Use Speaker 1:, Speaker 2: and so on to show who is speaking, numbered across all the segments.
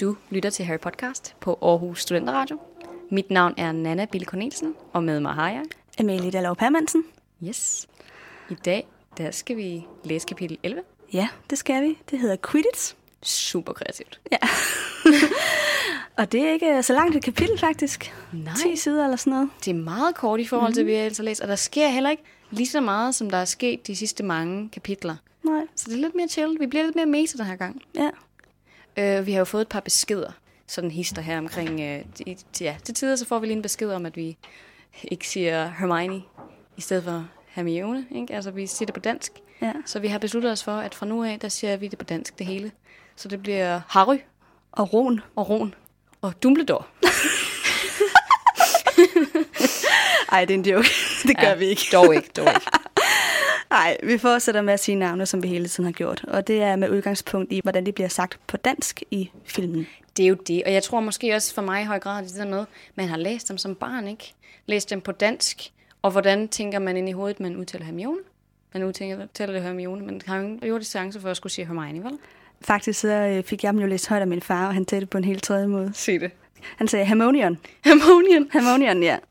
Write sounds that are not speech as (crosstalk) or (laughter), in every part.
Speaker 1: Du lytter til Harry Podcast på Aarhus Studenteradio. Mit navn er Nana Bille Cornelsen, og med mig har jeg...
Speaker 2: Amalie Dallov Permansen.
Speaker 1: Yes. I dag, der skal vi læse kapitel 11.
Speaker 2: Ja, det skal vi. Det hedder Quidditch.
Speaker 1: Super kreativt.
Speaker 2: Ja. og det er ikke øh, så langt et kapitel, faktisk.
Speaker 1: Nej.
Speaker 2: 10 sider eller sådan noget.
Speaker 1: Det er meget kort i forhold til, mm-hmm. vi ellers har læst, og der sker heller ikke lige så meget, som der er sket de sidste mange kapitler.
Speaker 2: Nej.
Speaker 1: Så det er lidt mere chill. Vi bliver lidt mere meta den her gang.
Speaker 2: Ja.
Speaker 1: Øh, vi har jo fået et par beskeder, sådan hister her omkring... Øh, i- ja, til tider så får vi lige en besked om, at vi ikke siger Hermione i stedet for Hermione. Ikke? Altså, vi siger det på dansk.
Speaker 2: Ja.
Speaker 1: Så vi har besluttet os for, at fra nu af, der siger vi det på dansk det hele. Så det bliver Harry
Speaker 2: Og Ron.
Speaker 1: og Ron og Dumbledore.
Speaker 2: Ej, det er en joke. (laughs) det gør ja. vi ikke.
Speaker 1: Dog ikke, dog ikke.
Speaker 2: Nej, vi fortsætter med at sige navne, som vi hele tiden har gjort. Og det er med udgangspunkt i, hvordan de bliver sagt på dansk i filmen.
Speaker 1: Det er jo det, og jeg tror måske også for mig i høj grad, det der med, man har læst dem som barn, ikke? Læst dem på dansk, og hvordan tænker man ind i hovedet, man udtaler Hermione? Man udtaler udtaler det Hermione, men har jo ingen jordisk chance for at skulle sige Hermione, vel?
Speaker 2: Faktisk så øh, fik jeg dem jo læst højt af min far, og han sagde det på en helt tredje måde.
Speaker 1: Se det.
Speaker 2: Han sagde Harmonion.
Speaker 1: Hermione.
Speaker 2: Harmonion, ja. (laughs)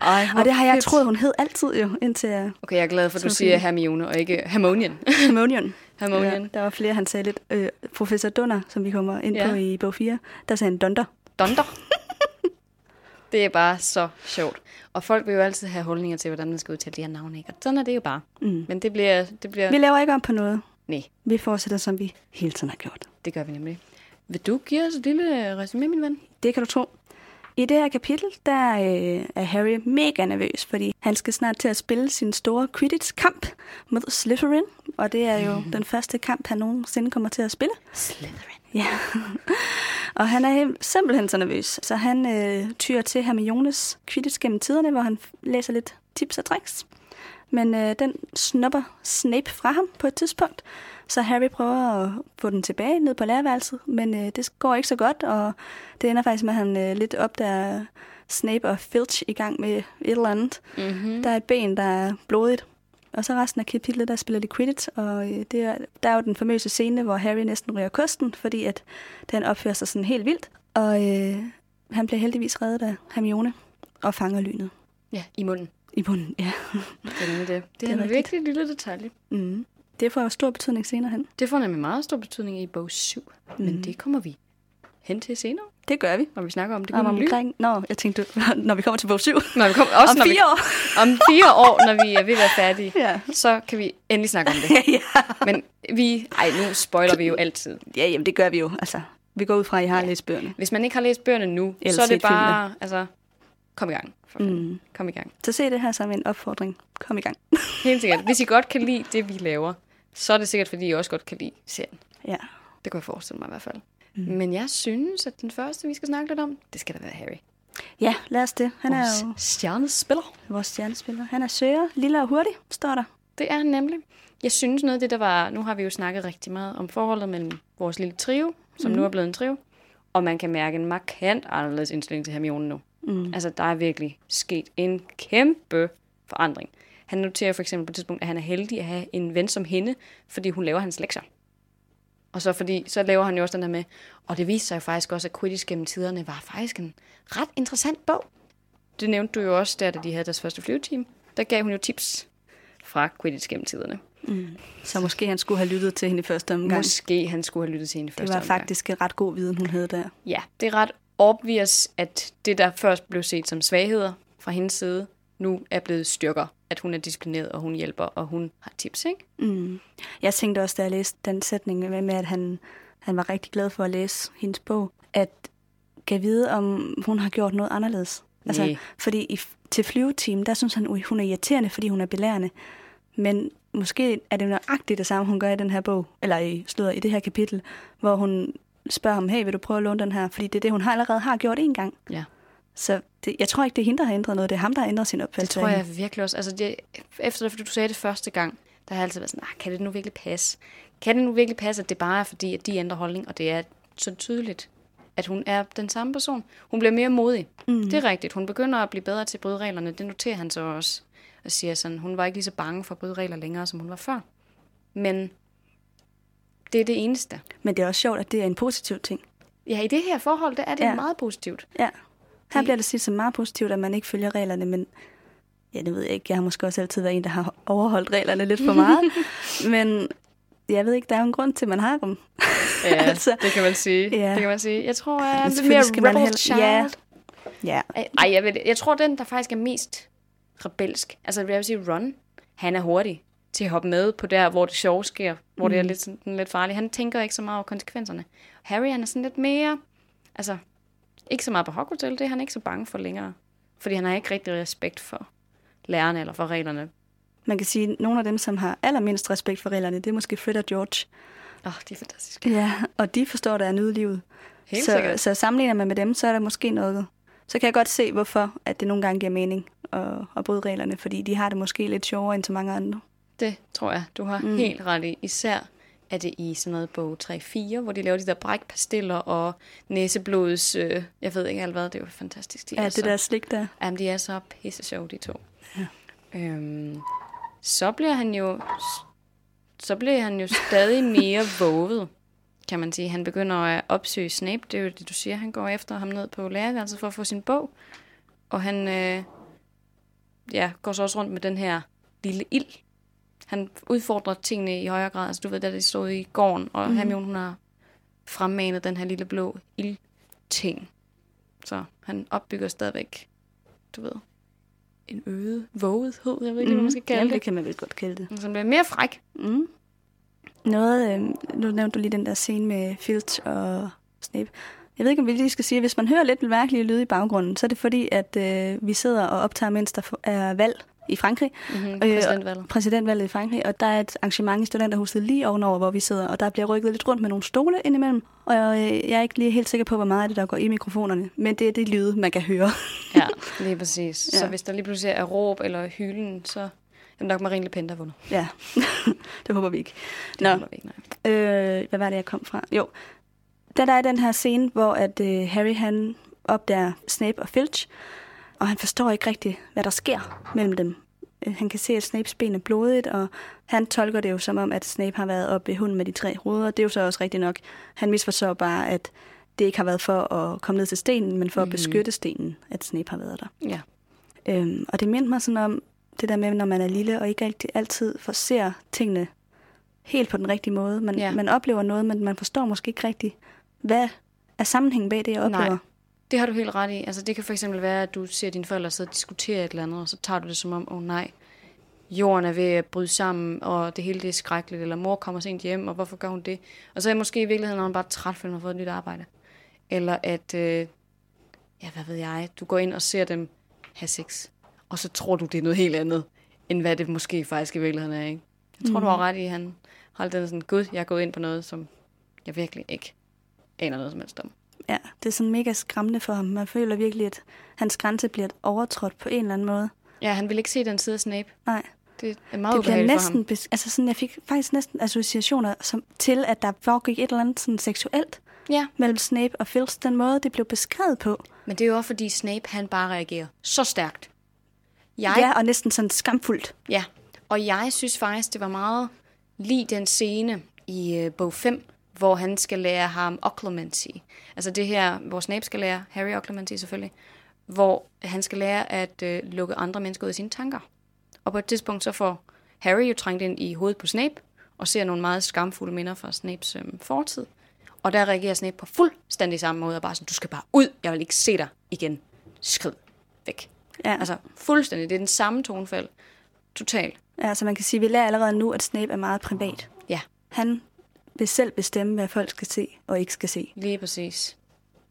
Speaker 1: Ej, hvor
Speaker 2: og det har jeg
Speaker 1: fedt.
Speaker 2: troet, hun hed altid jo, indtil jeg
Speaker 1: Okay, jeg er glad for, at du siger Hermione, og ikke (laughs) Hermonian.
Speaker 2: Harmonion.
Speaker 1: Harmonion.
Speaker 2: Ja, der var flere, han sagde lidt. Øh, professor Dunner, som vi kommer ind
Speaker 1: Ja.
Speaker 2: ja. på i bog 4, der sagde han Dunder.
Speaker 1: Donder. det er bare så sjovt. Og folk vil jo altid have holdninger til, hvordan man skal udtale de her navne, ikke? Og sådan er det jo bare.
Speaker 2: Mm.
Speaker 1: Men det bliver... Det bliver...
Speaker 2: Vi laver ikke om på noget.
Speaker 1: Nej,
Speaker 2: Vi fortsætter, som vi hele tiden har gjort.
Speaker 1: det gør vi nemlig. Vil du give os et lille resume, min ven?
Speaker 2: Det kan du tro. I det her kapitel, der øh, er Harry mega nervøs, fordi han skal snart til at spille sin store Quidditch-kamp mod Slytherin. Og det er
Speaker 1: Mm.
Speaker 2: jo den første kamp, han nogensinde kommer til at spille.
Speaker 1: Slytherin.
Speaker 2: Ja. (laughs) og han er hem- simpelthen så nervøs, så han øh, tyrer til Hermiones Quidditch gennem tiderne, hvor han f- læser lidt tips og tricks. Men øh, den snupper Snape fra ham på et tidspunkt, så Harry prøver at få den tilbage ned på lærerværelset, men øh, det går ikke så godt, og det ender faktisk med, at han øh, lidt opdager Snape og Filch i gang med et eller andet.
Speaker 1: Mm-hmm.
Speaker 2: Der er et ben, der er blodigt. Og så resten af kapitlet, der spiller de Quidditch, og øh, det er, der er jo den famøse scene, hvor Harry næsten ryger kosten, fordi at den opfører sig sådan helt vildt. Og øh, han bliver heldigvis reddet af Hermione og fanger lynet
Speaker 1: Ja, i munden.
Speaker 2: i bunden. Ja. (laughs)
Speaker 1: Det er nemlig det. Det,
Speaker 2: er
Speaker 1: er, en
Speaker 2: rigtigt.
Speaker 1: virkelig lille detalje.
Speaker 2: Mm. Det får jo stor betydning senere hen.
Speaker 1: Det får nemlig meget stor betydning i bog 7, mm. men det kommer vi hen til senere,
Speaker 2: Det gør vi.
Speaker 1: når vi snakker om det
Speaker 2: Om
Speaker 1: gode liv.
Speaker 2: omkring... Nå, jeg tænkte, (laughs) når vi kommer til bog 7.
Speaker 1: Når vi kommer, også
Speaker 2: Om
Speaker 1: når
Speaker 2: fire
Speaker 1: vi,
Speaker 2: år.
Speaker 1: Om fire år, når vi er ved at være færdige,
Speaker 2: (laughs) Ja.
Speaker 1: så kan vi endelig snakke om det.
Speaker 2: ja.
Speaker 1: Men vi... Ej, nu spoiler vi jo altid.
Speaker 2: ja, jamen det gør vi jo. Altså, vi går ud fra, at I har ja. læst bøgerne.
Speaker 1: Hvis man ikke har læst bøgerne nu,
Speaker 2: Eller
Speaker 1: så er det
Speaker 2: set filmene.
Speaker 1: bare... Altså, kom i gang. For mm. Kom i gang.
Speaker 2: Så se det her som en opfordring. Kom i gang.
Speaker 1: Helt sikkert. Hvis I godt kan lide det, vi laver, så er det sikkert, fordi I også godt kan lide serien.
Speaker 2: ja.
Speaker 1: Det kunne jeg forestille mig i hvert fald. Mm. Men jeg synes, at den første, vi skal snakke lidt om, det skal da være Harry.
Speaker 2: Ja, lad os det. Han er jo
Speaker 1: Vores stjernespiller.
Speaker 2: vores stjernespiller. Han er søger, lille og hurtig, står der.
Speaker 1: Det er han nemlig. Jeg synes noget af det, der var... Nu har vi jo snakket rigtig meget om forholdet mellem vores lille trio, som mm. nu er blevet en trio, og man kan mærke en markant anderledes indstilling til Hermione nu. Mm. Altså, der er virkelig sket en kæmpe forandring. Han noterer for eksempel på et tidspunkt, at han er heldig at have en ven som hende, fordi hun laver hans lektier. Og så, fordi, så laver han jo også den der med, og det viste sig jo faktisk også, at Quidditch gennem tiderne var faktisk en ret interessant bog. Det nævnte du jo også, der, da de havde deres første flyveteam. Der gav hun jo tips fra Quidditch gennem tiderne.
Speaker 2: Så måske han skulle have lyttet til hende i første omgang.
Speaker 1: Måske han skulle have lyttet til hende i
Speaker 2: Det
Speaker 1: første
Speaker 2: var
Speaker 1: omgang.
Speaker 2: faktisk ret god viden, hun havde der.
Speaker 1: Ja, det er ret obvious, at det, der først blev set som svagheder fra hendes side, nu er blevet styrker. At hun er disciplineret, og hun hjælper, og hun har tips, ikke?
Speaker 2: Mm. Jeg tænkte også, da jeg læste den sætning med, med at han, han var rigtig glad for at læse hendes bog, at kan vide, om hun har gjort noget anderledes.
Speaker 1: Næ.
Speaker 2: Altså, fordi i, til flyveteam, der synes han, "Ui, hun er irriterende, fordi hun er belærende. Men måske er det nøjagtigt det samme, hun gør i den her bog, eller i, slutter, i det her kapitel, hvor hun spørger ham, hey, vil du prøve at låne den her? Fordi det er det, hun har allerede har gjort en gang.
Speaker 1: Ja.
Speaker 2: Så det, jeg tror ikke, det er hende, der har ændret noget. Det er ham, der har ændret sin
Speaker 1: Det
Speaker 2: opfattelse.
Speaker 1: tror
Speaker 2: af hende.
Speaker 1: jeg virkelig også. Altså, det, efter du sagde det første gang, der har jeg altid været sådan, "Ah, kan det nu virkelig passe? Kan det nu virkelig passe, at det bare er fordi, at de ændrer holdning, og det er så tydeligt, at hun er den samme person? Hun bliver mere modig. Mm. Det er rigtigt. Hun begynder at blive bedre til at bryde reglerne. Det noterer han så også. Og siger sådan, hun var ikke lige så bange for at bryde regler længere, som hun var før. Men det er det eneste.
Speaker 2: Men det er også sjovt, at det er en positiv ting.
Speaker 1: Ja, i det her forhold, der er det
Speaker 2: Ja.
Speaker 1: ja. meget positivt.
Speaker 2: Ja. Her
Speaker 1: Det-
Speaker 2: bliver det set som meget positivt, at man ikke følger reglerne, men ja, det ved jeg ikke. Jeg har måske også altid været en, der har overholdt reglerne lidt for
Speaker 1: (laughs)
Speaker 2: meget. men jeg ved ikke, der er jo en grund til, at man har dem.
Speaker 1: Ja,
Speaker 2: (laughs) Altså,
Speaker 1: det kan man sige.
Speaker 2: ja.
Speaker 1: Det kan man sige. Jeg tror, jeg er
Speaker 2: Men
Speaker 1: lidt
Speaker 2: selvfølgelig
Speaker 1: mere
Speaker 2: skal man
Speaker 1: rebel
Speaker 2: heller-
Speaker 1: child.
Speaker 2: Ja. Ja,
Speaker 1: Ej, Ej, jeg, vil, jeg tror, den, der faktisk er mest rebelsk, altså jeg vil sige Ron, han er hurtig til at hoppe med på der, hvor det sjove sker, hvor mm. det er lidt, sådan, lidt farligt. Han tænker ikke så meget over konsekvenserne. Harry, han er sådan lidt mere, altså ikke så meget på Hogwarts, det er han ikke så bange for længere. Fordi han har ikke rigtig respekt for lærerne eller for reglerne.
Speaker 2: man kan sige, at nogle af dem, som har allermindst respekt for reglerne, det er måske Fred og George.
Speaker 1: Åh, oh, det er fantastisk.
Speaker 2: Ja, og de forstår, der er nødlivet.
Speaker 1: Helt så,
Speaker 2: så,
Speaker 1: sikkert.
Speaker 2: så sammenligner man med dem, så er der måske noget. Så kan jeg godt se, hvorfor at det nogle gange giver mening at, at bryde reglerne, fordi de har det måske lidt sjovere end så mange andre.
Speaker 1: Det tror jeg, du har mm. helt ret i. Især er det i sådan noget bog 3-4, hvor de laver de der brækpastiller og næseblods, øh, jeg ved ikke alt hvad, det er jo fantastisk. De
Speaker 2: Ja,
Speaker 1: er
Speaker 2: det
Speaker 1: så,
Speaker 2: der slik der.
Speaker 1: Jamen, de er så pisse sjove, de to. Ja. Øhm, så bliver han jo så bliver han jo stadig mere våget, kan man sige. Han begynder at opsøge Snape, det er jo det, du siger. Han går efter ham ned på lærerværelset for at få sin bog. Og han øh, ja, går så også rundt med den her lille ild. Han udfordrer tingene i højere grad. Altså, du ved, da de stod i gården, og mm. Hermione hun har fremmanet den her lille blå ildting. Så han opbygger stadigvæk, du ved, en øget vågethed, jeg ved ikke, mm. hvad man skal kalde
Speaker 2: Jamen,
Speaker 1: det.
Speaker 2: Mhm. det kan man vel godt kalde det.
Speaker 1: Så han bliver mere fræk.
Speaker 2: Mm. Noget, øh, nu nævnte du lige den der scene med Filch og Snape. Jeg ved ikke, om vi lige skal sige, at hvis man hører lidt mærkelige lyde i baggrunden, så er det fordi, at øh, vi sidder og optager, mens der f- er valg i Frankrig.
Speaker 1: Mm-hmm.
Speaker 2: Øh,
Speaker 1: Præsidentvalget.
Speaker 2: Præsidentvalget i Frankrig, og der er et arrangement i studenterhuset lige ovenover, hvor vi sidder, og der bliver rykket lidt rundt med nogle stole indimellem. Og øh, jeg er ikke lige helt sikker på, hvor meget af det, der går i mikrofonerne, men det er det lyde, man kan høre.
Speaker 1: (laughs)
Speaker 2: (laughs)
Speaker 1: Ja, (laughs) lige præcis. Ja.
Speaker 2: Ja.
Speaker 1: Så hvis der lige pludselig er råb eller hylden, så er det nok Marine Le Pen, der har vundet.
Speaker 2: ja, (laughs) det håber vi ikke.
Speaker 1: Det
Speaker 2: Nå,
Speaker 1: holder vi ikke, nej.
Speaker 2: Øh, hvad var det, jeg kom fra? Jo, da der er den her scene, hvor at, øh, Harry han opdager Snape og Filch, og han forstår ikke rigtigt, hvad der sker mellem dem. Øh, Han kan se, at Snapes ben er blodigt, og han tolker det jo som om, at Snape har været oppe ved hunden med de tre ruder. Det er jo så også rigtigt nok. Han misforstår bare, at det ikke har været for at komme ned til stenen, men for mm-hmm. at beskytte stenen, at Snape har været der.
Speaker 1: Ja.
Speaker 2: Øhm, og det mindte mig sådan om det der med, når man er lille og ikke rigtig altid får ser tingene helt på den rigtige måde. Man,
Speaker 1: Ja.
Speaker 2: ja. man oplever noget, men man forstår måske ikke rigtigt, hvad er sammenhængen bag det, jeg oplever.
Speaker 1: Nej. Det har du helt ret i. Altså, det kan for eksempel være, at du ser dine forældre sidde og diskutere et eller andet, og så tager du det som om, åh oh, nej, jorden er ved at bryde sammen, og det hele det er skrækkeligt, eller mor kommer sent hjem, og hvorfor gør hun det? Og så er måske i virkeligheden, når hun bare er træt, fordi hun har fået et nyt arbejde. Eller at, øh, ja, hvad ved jeg, du går ind og ser dem have sex, og så tror du, det er noget helt andet, end hvad det måske faktisk i virkeligheden er, ikke? Jeg tror, mm. du har ret i, at han holdt den sådan, gud, jeg er gået ind på noget, som jeg virkelig ikke aner noget som helst om.
Speaker 2: Ja, det er sådan mega skræmmende for ham. Man føler virkelig, at hans grænse bliver overtrådt på en eller anden måde.
Speaker 1: Ja, han vil ikke se den side af Snape.
Speaker 2: Nej,
Speaker 1: Det er meget
Speaker 2: det bliver
Speaker 1: ubehageligt for
Speaker 2: næsten...
Speaker 1: ham.
Speaker 2: Bes- altså sådan, jeg fik faktisk næsten associationer som, til, at der foregik et eller andet sådan seksuelt
Speaker 1: Ja,
Speaker 2: mellem Snape og Filch. Den måde, det blev beskrevet på.
Speaker 1: men det er jo også, fordi Snape, han bare reagerer så stærkt. Jeg, ja.
Speaker 2: Ja, og næsten sådan skamfuldt.
Speaker 1: ja. Og jeg synes faktisk, det var meget lige den scene i øh, bog 5, hvor han skal lære ham occlumency. Altså det her, hvor Snape skal lære, Harry occlumency selvfølgelig, hvor han skal lære at øh, lukke andre mennesker ud af sine tanker. Og på et tidspunkt så får Harry jo trængt ind i hovedet på Snape, og ser nogle meget skamfulde minder fra Snapes øh, fortid. Og der reagerer Snape på fuldstændig samme måde, og bare sådan, du skal bare ud, jeg vil ikke se dig igen. Skrid væk.
Speaker 2: Ja.
Speaker 1: Altså fuldstændig, det er den samme tonefald. Total.
Speaker 2: Ja, så man kan sige, at vi lærer allerede nu, at Snape er meget privat.
Speaker 1: Ja,
Speaker 2: Han vil selv bestemme, hvad folk skal se og ikke skal se.
Speaker 1: lige præcis.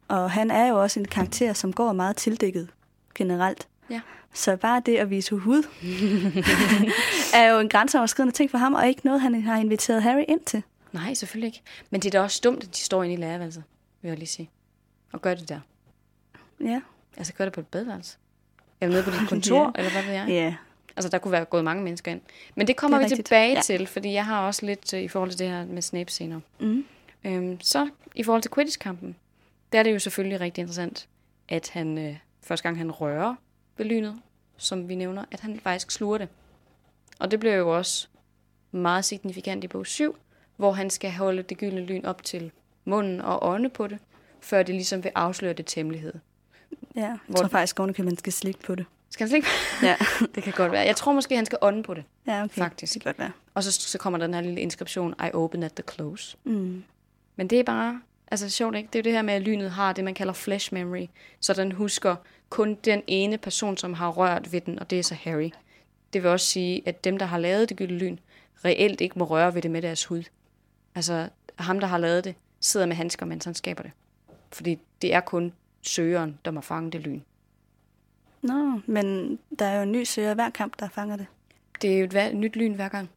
Speaker 2: Og han er jo også en karakter, som går meget tildækket generelt.
Speaker 1: Ja.
Speaker 2: Så bare det at vise (laughs) hud er jo en grænseoverskridende ting for ham, og ikke noget, han har inviteret Harry ind til.
Speaker 1: Nej, selvfølgelig ikke. Men det er da også dumt, at de står inde i lærerværelset, vil jeg lige sige. Og gør det der.
Speaker 2: Ja.
Speaker 1: Altså gør det på et badeværelse. Eller nede på dit (laughs) kontor,
Speaker 2: Ja.
Speaker 1: eller hvad ved jeg.
Speaker 2: Ja.
Speaker 1: Altså, der kunne være gået mange mennesker ind. Men det kommer
Speaker 2: Det
Speaker 1: det
Speaker 2: er
Speaker 1: vi
Speaker 2: rigtigt.
Speaker 1: tilbage
Speaker 2: Ja.
Speaker 1: ja. til, fordi jeg har også lidt øh, i forhold til det her med Snape senere.
Speaker 2: Mm.
Speaker 1: Øhm, så i forhold til Quidditch-kampen, der er det jo selvfølgelig rigtig interessant, at han øh, første gang han rører ved lynet, som vi nævner, at han faktisk sluger det. Og det bliver jo også meget signifikant i bog 7, hvor han skal holde det gyldne lyn op til munden og ånde på det, før det ligesom vil afsløre det hemmelighed.
Speaker 2: Ja, jeg
Speaker 1: Hvor-
Speaker 2: tror faktisk, at man skal slikke på det.
Speaker 1: Skal han slet ikke? (laughs)
Speaker 2: (laughs) Ja,
Speaker 1: Det kan godt være. Jeg tror måske, han skal ånde på det,
Speaker 2: ja okay.
Speaker 1: faktisk.
Speaker 2: Det kan godt være.
Speaker 1: Og så, så kommer der den her lille inskription, I open at the close.
Speaker 2: Mm.
Speaker 1: Men det er bare, altså sjovt ikke? Det er jo det her med, at lynet har det, man kalder flash memory. Så den husker kun den ene person, som har rørt ved den, og det er så Harry. Det vil også sige, at dem, der har lavet det gyldne lyn, reelt ikke må røre ved det med deres hud. Altså ham, der har lavet det, sidder med handsker, mens han skaber det. Fordi det er kun søgeren, der må fange det lyn.
Speaker 2: Nå, men der er jo en ny søger i hver kamp, der fanger det.
Speaker 1: Det er jo et hver, nyt lyn hver gang.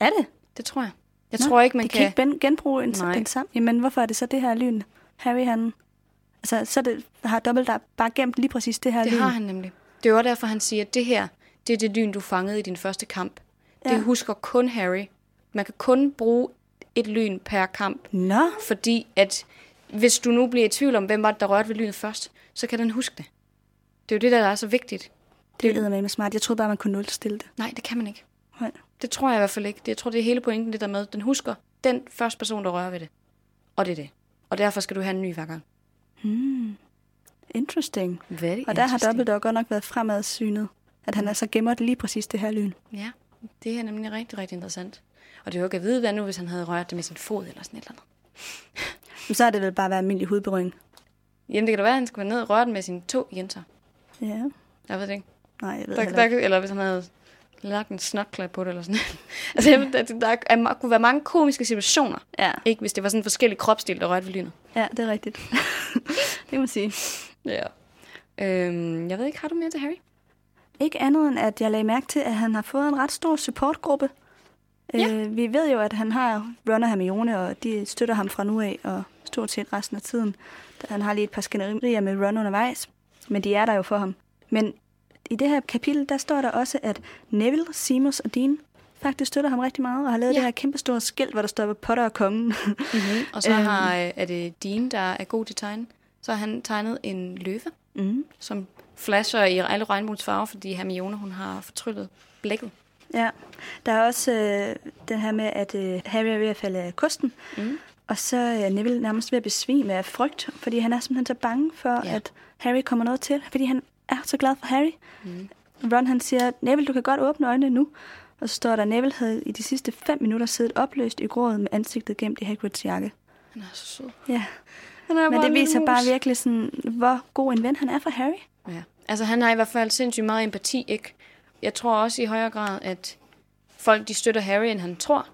Speaker 2: Er det?
Speaker 1: Det tror jeg. Jeg
Speaker 2: Nå,
Speaker 1: tror ikke, man
Speaker 2: Man
Speaker 1: kan...
Speaker 2: de kan, kan ikke ben- genbruge en,
Speaker 1: Nej.
Speaker 2: den samme. Jamen, hvorfor er det så det her lyn? Harry, han... Altså, så er det, har dobbelt der bare gemt lige præcis det her
Speaker 1: Det
Speaker 2: lyn.
Speaker 1: har han nemlig. Det er jo også derfor, han siger, at det her, det er det lyn, du fangede i din første kamp. Ja.
Speaker 2: Ja.
Speaker 1: Det husker kun Harry. Man kan kun bruge et lyn per kamp,
Speaker 2: Nå,
Speaker 1: fordi at hvis du nu bliver i tvivl om, hvem var det, der rørte ved lynet først, så kan den huske det. Det er jo det, der er så vigtigt.
Speaker 2: det er med smart. Jeg troede bare, man kunne nulstille det.
Speaker 1: Nej, det kan man ikke.
Speaker 2: Nej.
Speaker 1: Det tror jeg i hvert fald ikke. Det- Jeg tror, det er hele pointen, det der med, at den husker den første person, der rører ved det. Og det er det. Og derfor skal du have en ny hver gang.
Speaker 2: Interesting.
Speaker 1: Very
Speaker 2: Og der har dobbelt dog godt nok været fremadsynet, at han altså gemmer det lige præcis det her lyn.
Speaker 1: Ja, det er nemlig rigtig, rigtig interessant. Og det er jo ikke at vide, hvad nu, hvis han havde rørt det med sin fod eller sådan et eller andet.
Speaker 2: Men så har det vel bare været almindelig hudberøring.
Speaker 1: Jamen, det kan da være, at han skulle være ned og røre den med sine to jenter.
Speaker 2: Ja.
Speaker 1: Jeg ved det ikke.
Speaker 2: Nej, jeg ved
Speaker 1: Der,
Speaker 2: heller ikke.
Speaker 1: der, eller hvis han havde lagt en snotklat på det eller sådan (laughs) Altså, jeg, ved, at der, der er, kunne være mange komiske situationer.
Speaker 2: Ja,
Speaker 1: Ikke hvis det var sådan forskellige kropsdele, der rørte ved lynet.
Speaker 2: ja, det er rigtigt. (laughs) det kan man sige.
Speaker 1: Ja. Øhm, jeg ved ikke, har du mere til Harry?
Speaker 2: Ikke andet end, at jeg lagde mærke til, at han har fået en ret stor supportgruppe.
Speaker 1: Ja.
Speaker 2: Øh, vi ved jo, at han har Ron og Hermione, og de støtter ham fra nu af, og stort set resten af tiden. Han har lige et par skænderier med Ron undervejs, men de er der jo for ham. Men i det her kapitel, der står der også, at Neville, Seamus og Dean faktisk støtter ham rigtig meget, og har lavet
Speaker 1: Ja.
Speaker 2: ja. det her kæmpe store skilt, hvor der står Potter og kongen. Mm.
Speaker 1: Mm-hmm. Og så øhm. har, øh, er det Dean, der er god til at tegne. Så har han tegnet en løve,
Speaker 2: mm.
Speaker 1: som flasher i alle regnbuens farver, fordi Hermione, hun har fortryllet blækket.
Speaker 2: Ja, der er også øh, den her med, at øh, Harry er ved at falde af kosten,
Speaker 1: Mm.
Speaker 2: og så er Neville nærmest ved at besvime af frygt, fordi han er simpelthen så bange for,
Speaker 1: Ja.
Speaker 2: ja. at Harry kommer noget til, fordi han er så glad for Harry. Mm. Ron han siger, Neville, du kan godt åbne øjnene nu. Og så står der, Neville havde i de sidste fem minutter siddet opløst i grådet med ansigtet gemt i Hagrids jakke.
Speaker 1: Han er så sød.
Speaker 2: Ja,
Speaker 1: Han er
Speaker 2: men
Speaker 1: bare
Speaker 2: det
Speaker 1: en lille
Speaker 2: viser bare
Speaker 1: mus.
Speaker 2: virkelig, sådan, hvor god en ven han er for Harry.
Speaker 1: Ja. Altså han har i hvert fald sindssygt meget empati, ikke? Jeg tror også i højere grad, at folk de støtter Harry, end han tror.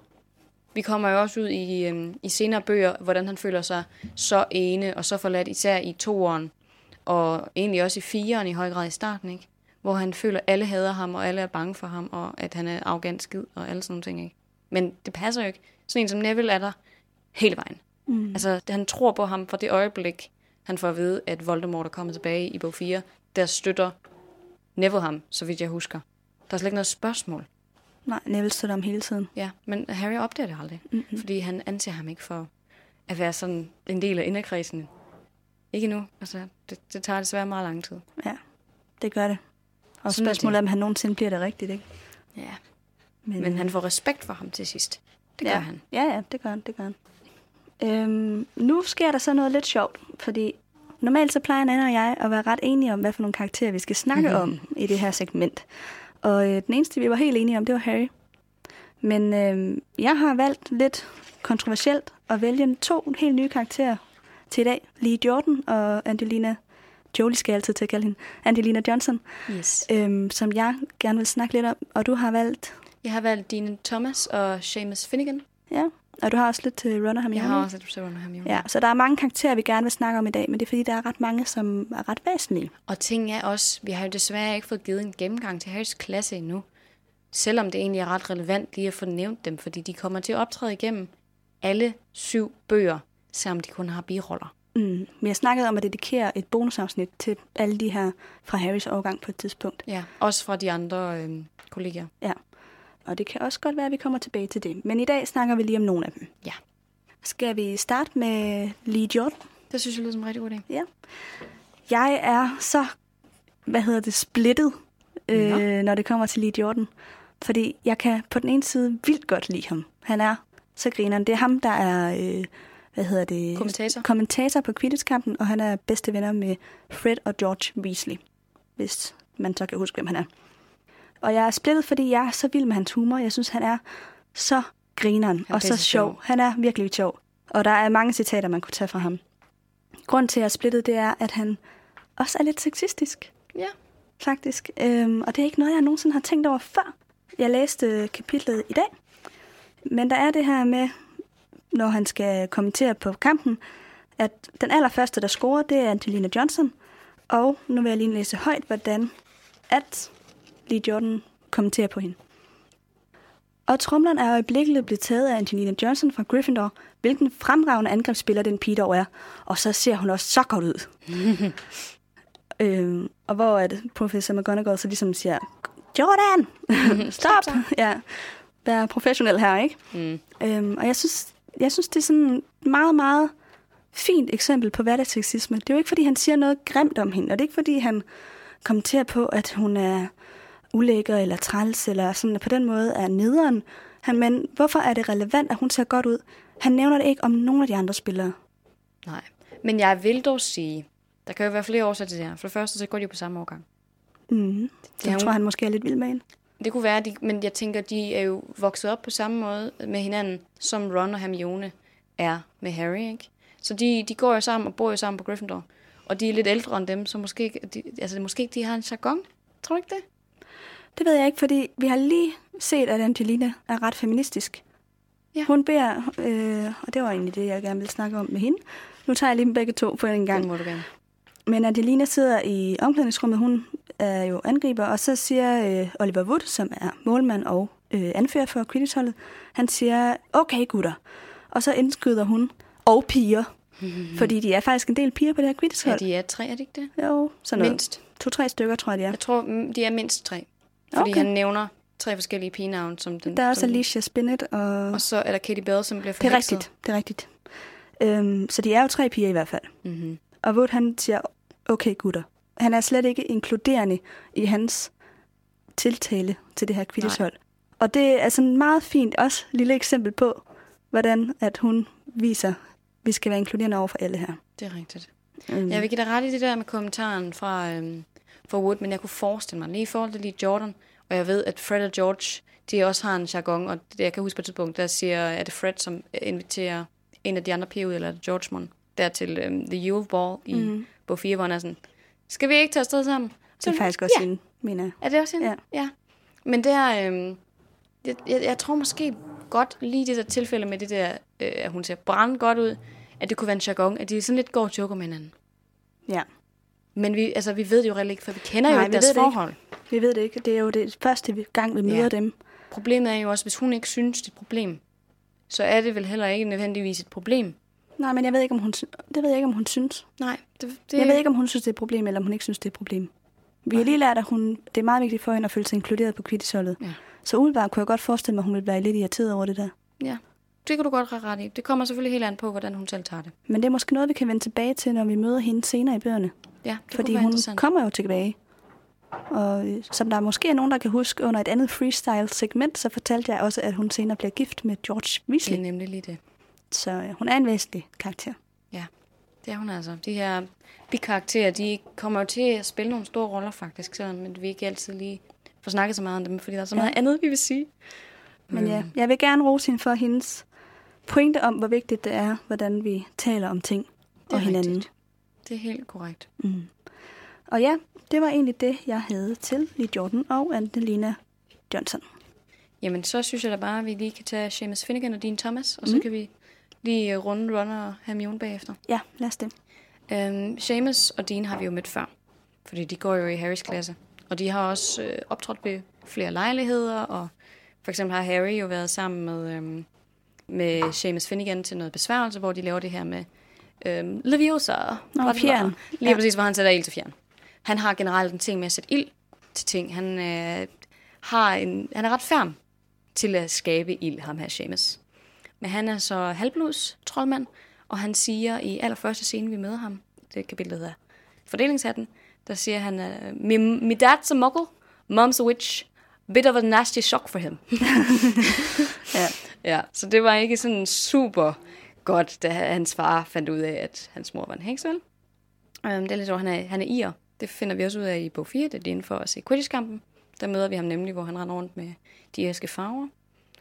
Speaker 1: Vi kommer jo også ud i, øhm, i senere bøger, hvordan han føler sig så ene og så forladt, især i toeren, og egentlig også i fireren i høj grad i starten, ikke? Hvor han føler, at alle hader ham, og alle er bange for ham, og at han er arrogant skid, og alle sådan nogle ting, ikke? Men det passer jo ikke. Sådan en som Neville er der hele vejen. Mm. Altså, han tror på ham fra det øjeblik, han får at vide, at Voldemort er kommet tilbage i bog 4, der støtter Neville ham, så vidt jeg husker. Der er slet ikke noget spørgsmål.
Speaker 2: Nej, Neville støtter ham hele tiden.
Speaker 1: Ja, men Harry opdager det aldrig, mm-hmm. fordi han anser ham ikke for at være sådan en del af inderkredsen. Ikke nu. Altså, det, det tager desværre meget lang tid.
Speaker 2: Ja, det gør det. Og
Speaker 1: Sådan er det.
Speaker 2: spørgsmålet er, om han nogensinde bliver det rigtigt, ikke?
Speaker 1: Ja. Men han får respekt for ham til sidst. Det gør
Speaker 2: ja.
Speaker 1: han.
Speaker 2: Ja, ja, det gør han, det gør han. Øhm, nu sker der så noget lidt sjovt, fordi normalt så plejer Anna og jeg at være ret enige om, hvad for nogle karakterer vi skal snakke
Speaker 1: Mhm.
Speaker 2: om i det her segment. Og øh, den eneste, vi var helt enige om, det var Harry. Men øh, jeg har valgt lidt kontroversielt at vælge to helt nye karakterer til i dag. Lee Jordan og Angelina Jolie skal jeg altid til at kalde hende. Angelina Johnson,
Speaker 1: Yes.
Speaker 2: øhm, som jeg gerne vil snakke lidt om. Og du har valgt,
Speaker 1: Jeg har valgt Dine Thomas og Seamus Finnegan.
Speaker 2: ja, og du har også lidt til Runner ham
Speaker 1: Jeg har også et observer med ham.
Speaker 2: Ja, så der er mange karakterer, vi gerne vil snakke om i dag, men det er fordi, der er ret mange, som er ret væsentlige.
Speaker 1: Og ting er også, vi har jo desværre ikke fået givet en gennemgang til Harrys klasse endnu. Selvom det egentlig er ret relevant lige at få nævnt dem, fordi de kommer til at optræde igennem alle syv bøger, selvom de kun har biroller.
Speaker 2: Mm. Men jeg snakkede om at dedikere et bonusafsnit til alle de her fra Harrys årgang på et tidspunkt.
Speaker 1: Ja, også fra de andre øh, kolleger.
Speaker 2: Ja, og det kan også godt være, at vi kommer tilbage til det. Men i dag snakker vi lige om nogle af dem.
Speaker 1: Ja,
Speaker 2: Skal vi starte med Lee Jordan?
Speaker 1: det synes jeg lyder som en rigtig god idé.
Speaker 2: Ja. Jeg er så, hvad hedder det, splittet, øh, når det kommer til Lee Jordan. Fordi jeg kan på den ene side vildt godt lide ham. Han er så grineren. Det er ham, der er øh, hvad hedder det?
Speaker 1: Kommentator.
Speaker 2: Kommentator på Quidditch-kampen, og han er bedste venner med Fred og George Weasley, hvis man så kan huske, hvem han er. Og jeg er splittet, fordi jeg er så vild med hans humor. Jeg synes, han er så grineren
Speaker 1: er
Speaker 2: og så
Speaker 1: pisse
Speaker 2: sjov.
Speaker 1: sjov.
Speaker 2: Han er virkelig sjov. Og der er mange citater, man kunne tage fra ham. Grunden til, at jeg er splittet, det er, at han også er lidt sexistisk
Speaker 1: Ja.
Speaker 2: faktisk. Øhm, og det er ikke noget, jeg nogensinde har tænkt over før. Jeg læste øh, kapitlet i dag. Men der er det her med, når han skal kommentere på kampen, at den allerførste, der scorer, det er Angelina Johnson. Og nu vil jeg lige læse højt, hvordan at Lee Jordan kommenterer på hende. Og tromleren er øjeblikkeligt blevet taget af Angelina Johnson fra Gryffindor, hvilken fremragende angrebsspiller den pige dog er. Og så ser hun også så godt ud. Øhm, og hvor at professor McGonagall så ligesom siger, Jordan, (laughs) stop! ja, vær professionel her, ikke?
Speaker 1: Mm.
Speaker 2: Øhm, og jeg synes, jeg synes, det er sådan et meget, meget fint eksempel på hverdagsseksisme. Det er jo ikke, fordi han siger noget grimt om hende, og det er ikke, fordi han kommenterer på, at hun er ulækker eller træls, eller sådan på den måde er nederen. Han, men hvorfor er det relevant, at hun ser godt ud? Han nævner det ikke om nogen af de andre spillere.
Speaker 1: Nej. Men jeg vil dog sige, der kan jo være flere årsager til det her. For det første, så går de jo på samme årgang.
Speaker 2: Mm.
Speaker 1: er
Speaker 2: Jeg
Speaker 1: jo-
Speaker 2: tror, han måske er lidt vild med hende.
Speaker 1: Det kunne være, de, men jeg tænker, de er jo vokset op på samme måde med hinanden, som Ron og Hermione er med Harry, ikke? Så de, de går jo sammen og bor jo sammen på Gryffindor. Og de er lidt ældre end dem, så måske, ikke- de, altså, måske ikke de har en jargon. Tror du ikke det?
Speaker 2: Det ved jeg ikke, fordi vi har lige set, at Angelina er ret feministisk.
Speaker 1: Ja.
Speaker 2: Hun beder, øh, og det var egentlig det, jeg gerne ville snakke om med hende. Nu tager jeg lige dem begge to på en gang.
Speaker 1: Det må du gerne.
Speaker 2: Men Adelina sidder i omklædningsrummet, hun er jo angriber, og så siger øh, Oliver Wood, som er målmand og øh, anfører for Quidditch-holdet, han siger, okay gutter. Og så indskyder hun, og
Speaker 1: (laughs)
Speaker 2: piger, fordi de er faktisk en del piger på det her
Speaker 1: Ja,
Speaker 2: Quidditch-hold.
Speaker 1: de er tre, er det ikke det?
Speaker 2: Jo, sådan noget.
Speaker 1: Mindst.
Speaker 2: To-tre stykker, tror jeg, de er.
Speaker 1: Jeg tror, mm, de er mindst tre. Fordi
Speaker 2: Okay.
Speaker 1: okay. han nævner tre forskellige pigenavne. Som den,
Speaker 2: Der er også
Speaker 1: som,
Speaker 2: Alicia Spinnet og
Speaker 1: Og så er der Katie Bell, som bliver
Speaker 2: Det er
Speaker 1: forvekslet.
Speaker 2: rigtigt, det er rigtigt. Øhm, så de er jo tre piger i hvert fald.
Speaker 1: Mm-hmm.
Speaker 2: Og Wood han siger, okay gutter. Han er slet ikke inkluderende i hans tiltale til det her kvitteshold. Og det er sådan meget fint også et lille eksempel på, hvordan at hun viser, vi skal være inkluderende over for alle her.
Speaker 1: Det er rigtigt.
Speaker 2: Øhm,
Speaker 1: Jeg vil give dig ret i det der med kommentaren fra, øhm, fra Wood, men jeg kunne forestille mig, lige i forhold til lige Jordan, og jeg ved, at Fred og George, de også har en jargon, og det, jeg kan huske på et tidspunkt, der siger, er det Fred, som øh, inviterer en af de andre piger ud, eller er det George Mon, der til øhm, The Yule Ball i mm. Bofia, hvor han er sådan, skal vi ikke tage afsted sammen?
Speaker 2: det er faktisk også ja. en, mener jeg.
Speaker 1: Er det også hende?
Speaker 2: Ja.
Speaker 1: Ja. ja. Men det er... Øhm, jeg, jeg, jeg tror måske godt lige i det der tilfælde med det der, øh, at hun ser brand godt ud, at det kunne være en jargon, at de sådan lidt går og joker med hinanden.
Speaker 2: Ja.
Speaker 1: Men vi, altså, vi ved det jo reelt ikke, for vi kender
Speaker 2: Nej,
Speaker 1: jo
Speaker 2: vi
Speaker 1: ikke deres
Speaker 2: ved det ikke.
Speaker 1: forhold. Ikke.
Speaker 2: Vi ved det ikke. Det er jo det første vi- gang, vi møder ja.
Speaker 1: Ja.
Speaker 2: dem.
Speaker 1: Problemet er jo også, hvis hun ikke synes, det er et problem, så er det vel heller ikke nødvendigvis et problem.
Speaker 2: Nej, men jeg ved ikke, om hun, sy- det ved jeg ikke, om hun synes.
Speaker 1: Nej, det, det
Speaker 2: Det... Jeg ved ikke, om hun synes, det er et problem, eller om hun ikke synes, det er et problem. Vi har lige lært, at hun, det er meget vigtigt for hende at føle sig inkluderet på kvittesholdet.
Speaker 1: Ja.
Speaker 2: Så umiddelbart kunne jeg godt forestille mig, at hun ville være lidt irriteret over det der.
Speaker 1: Ja, det kan du godt have ret i. Det kommer selvfølgelig helt an på, hvordan hun selv tager det.
Speaker 2: Men det er måske noget, vi kan vende tilbage til, når vi møder hende senere i bøgerne.
Speaker 1: Ja, det
Speaker 2: Fordi
Speaker 1: kunne være
Speaker 2: hun
Speaker 1: interessant.
Speaker 2: kommer jo tilbage. Og øh, som der måske er nogen, der kan huske, under et andet freestyle-segment, så fortalte jeg også, at hun senere bliver gift med George
Speaker 1: Det
Speaker 2: Weasley.
Speaker 1: er nemlig lige det.
Speaker 2: Så øh, hun er en væsentlig karakter.
Speaker 1: Ja, det er hun altså. De her bikarakterer, de kommer jo til at spille nogle store roller faktisk, selvom at vi ikke altid lige får snakket så meget om dem, fordi der er så meget ja. andet, vi vil sige.
Speaker 2: Men
Speaker 1: Øhm.
Speaker 2: ja, jeg vil gerne rose hende for hendes pointe om, hvor vigtigt det er, hvordan vi taler om ting
Speaker 1: er
Speaker 2: og hinanden.
Speaker 1: rigtigt. Det er helt korrekt.
Speaker 2: Og ja, det var egentlig det, jeg havde til Lee Jordan og Angelina Johnson.
Speaker 1: Jamen, så synes jeg da bare, at vi lige kan tage Seamus Finnegan og Dean Thomas, og så kan vi lige øh, runde Ron og Hermione bagefter.
Speaker 2: Ja, lad os det.
Speaker 1: Øhm, Seamus og Dean har vi jo mødt før, fordi de går jo i Harrys klasse. Og de har også øh, optrådt ved flere lejligheder, og for eksempel har Harry jo været sammen med, øhm, med Seamus Finnegan til noget besværgelse, hvor de laver det her med øhm, Leviosa. Bla, bla, bla.
Speaker 2: fjern.
Speaker 1: Lige
Speaker 2: Ja.
Speaker 1: ja. præcis, hvor han sætter ild til fjern. Han har generelt en ting med at sætte ild til ting. Han, øh, har en, han er ret ferm til at skabe ild, ham her Seamus. Men han er så halvblods troldmand, og han siger i allerførste scene, vi møder ham, det kapitel der hedder Fordelingshatten, der siger han, øh, "Mi- my dad's a muggle, mom's a witch, bit of a nasty shock for him.
Speaker 2: (laughs) Ja.
Speaker 1: ja, så det var ikke sådan super godt, da hans far fandt ud af, at hans mor var en hængsel. Øhm, det er lidt over, han er, han er irer. Det finder vi også ud af i bog 4, det er lige inden for at se Quidditch-kampen. Der møder vi ham nemlig, hvor han render rundt med de irske farver.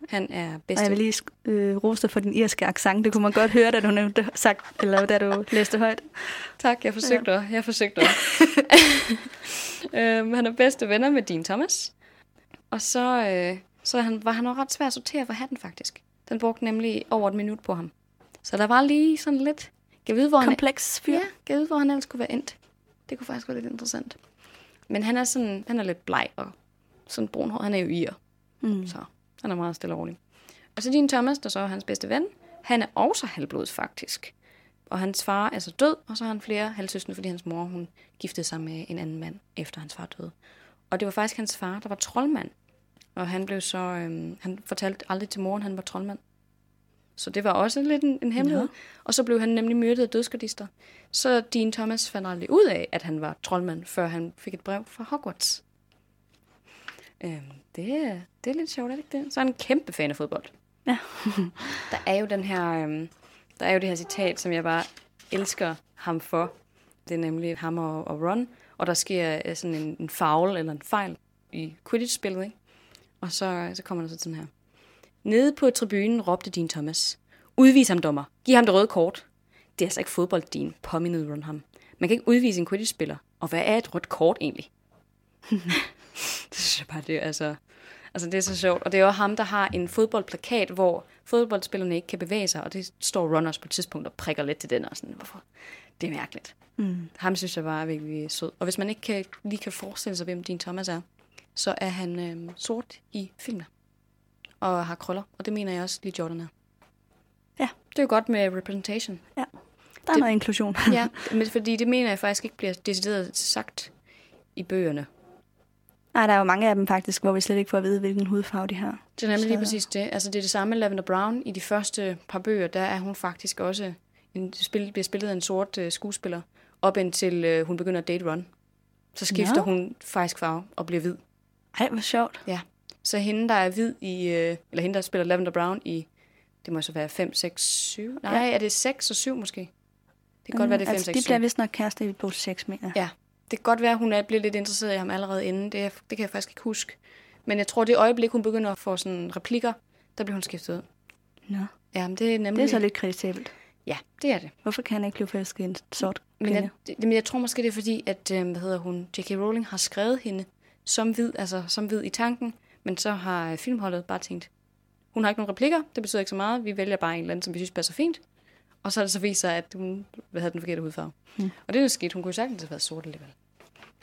Speaker 1: Han er
Speaker 2: Og
Speaker 1: bedste...
Speaker 2: jeg vil lige øh, rose dig for din irske accent. Det kunne man godt høre, da du nævnte sagt, eller da du læste højt.
Speaker 1: Tak, jeg forsøgte også. Jeg forsøgte også. øhm, han er bedste venner med Dean Thomas. Og så, øh, så er han, var han også ret svær at sortere for hatten, faktisk. Den brugte nemlig over et minut på ham. Så der var lige sådan lidt... Kan vide, hvor han,
Speaker 2: (laughs) Kompleks fyr.
Speaker 1: ja, kan vide, hvor han ellers kunne være endt? Det kunne faktisk være lidt interessant. Men han er sådan, han er lidt bleg og sådan brun hår. Han er jo ir.
Speaker 2: Mm.
Speaker 1: Så han er meget stille og rolig. Og så din Thomas, der så er hans bedste ven, han er også halvblods faktisk. Og hans far er så død, og så har han flere halvsøstre, fordi hans mor hun giftede sig med en anden mand, efter hans far døde. Og det var faktisk hans far, der var troldmand. Og han blev så, øhm, han fortalte aldrig til moren, han var troldmand. Så det var også lidt en, en hemmelighed.
Speaker 2: Nå.
Speaker 1: Og så blev han nemlig myrdet af dødskardister. Så Dean Thomas fandt aldrig ud af, at han var troldmand, før han fik et brev fra Hogwarts. Øhm, det, er- det er lidt sjovt, er det ikke det? Så er han en kæmpe fan af fodbold.
Speaker 2: Ja.
Speaker 1: (laughs) Der er jo den her, øhm, der er jo det her citat, som jeg bare elsker ham for. Det er nemlig ham og, og Ron, og der sker øh, sådan en, en foul eller en fejl i Quidditch-spillet, ikke? Og så, så kommer der så sådan her. Nede på tribunen råbte din Thomas. Udvis ham, dommer. Giv ham det røde kort. Det er altså ikke fodbold, din, påmindede Ron ham. Man kan ikke udvise en Quidditch-spiller. Og hvad er et rødt kort egentlig? (laughs) det synes jeg bare, det er altså... Altså, det er så sjovt. Og det er jo ham, der har en fodboldplakat, hvor fodboldspillerne ikke kan bevæge sig, og det står runners på et tidspunkt og prikker lidt til den, og sådan, hvorfor? Det er mærkeligt. Mm. Ham synes jeg bare er virkelig sød. Og hvis man ikke kan, lige kan forestille sig, hvem din Thomas er, så er han øhm, sort i filmene. Og har krøller. Og det mener jeg også lige Jordan er.
Speaker 2: Ja.
Speaker 1: Det er jo godt med
Speaker 2: (laughs)
Speaker 1: representation.
Speaker 2: Der er det... noget inklusion. (laughs)
Speaker 1: Ja, men fordi det mener jeg faktisk ikke bliver decideret sagt i bøgerne.
Speaker 2: Nej, der er jo mange af dem faktisk, hvor vi slet ikke får at vide, hvilken hudfarve de har.
Speaker 1: Det er nemlig
Speaker 2: Så-
Speaker 1: lige præcis det. Altså, det er det samme med Lavender Brown. I de første par bøger, der er hun faktisk også en, spil, bliver spillet af en sort øh, skuespiller, op indtil øh, hun begynder at date Ron. Så skifter
Speaker 2: Nå.
Speaker 1: hun faktisk farve og bliver hvid.
Speaker 2: Ej, hvor sjovt.
Speaker 1: Ja. Så hende, der er hvid i... Øh, eller hende, der spiller Lavender Brown i... Det må så være 5, 6, 7... Nej, ja. er det 6 og 7 måske? Det kan godt være, det er 5,
Speaker 2: altså,
Speaker 1: 6,
Speaker 2: de
Speaker 1: 7.
Speaker 2: bliver vist nok kærester i bog 6, mener jeg.
Speaker 1: Ja, det kan godt være, at hun er blevet lidt interesseret i ham allerede inden. Det, er, det kan jeg faktisk ikke huske. Men jeg tror, det øjeblik, hun begynder at få sådan replikker, der bliver hun skiftet ud.
Speaker 2: Nå,
Speaker 1: Ja, men det er
Speaker 2: det
Speaker 1: nemlig...
Speaker 2: er så lidt kritisabelt.
Speaker 1: Ja, det er det.
Speaker 2: Hvorfor kan han ikke blive forelsket i en sort
Speaker 1: Men
Speaker 2: kvinde?
Speaker 1: jeg, det, men jeg tror måske, det er fordi, at øh, hvad hedder hun, J.K. Rowling har skrevet hende som hvid, altså som hvid i tanken, men så har øh, filmholdet bare tænkt, hun har ikke nogen replikker, det betyder ikke så meget, vi vælger bare en eller anden, som vi synes passer fint. Og så er det så vist sig, at hun havde den forkerte hudfarve. Mm. Og det er jo sket, hun kunne jo sagtens have været sort alligevel.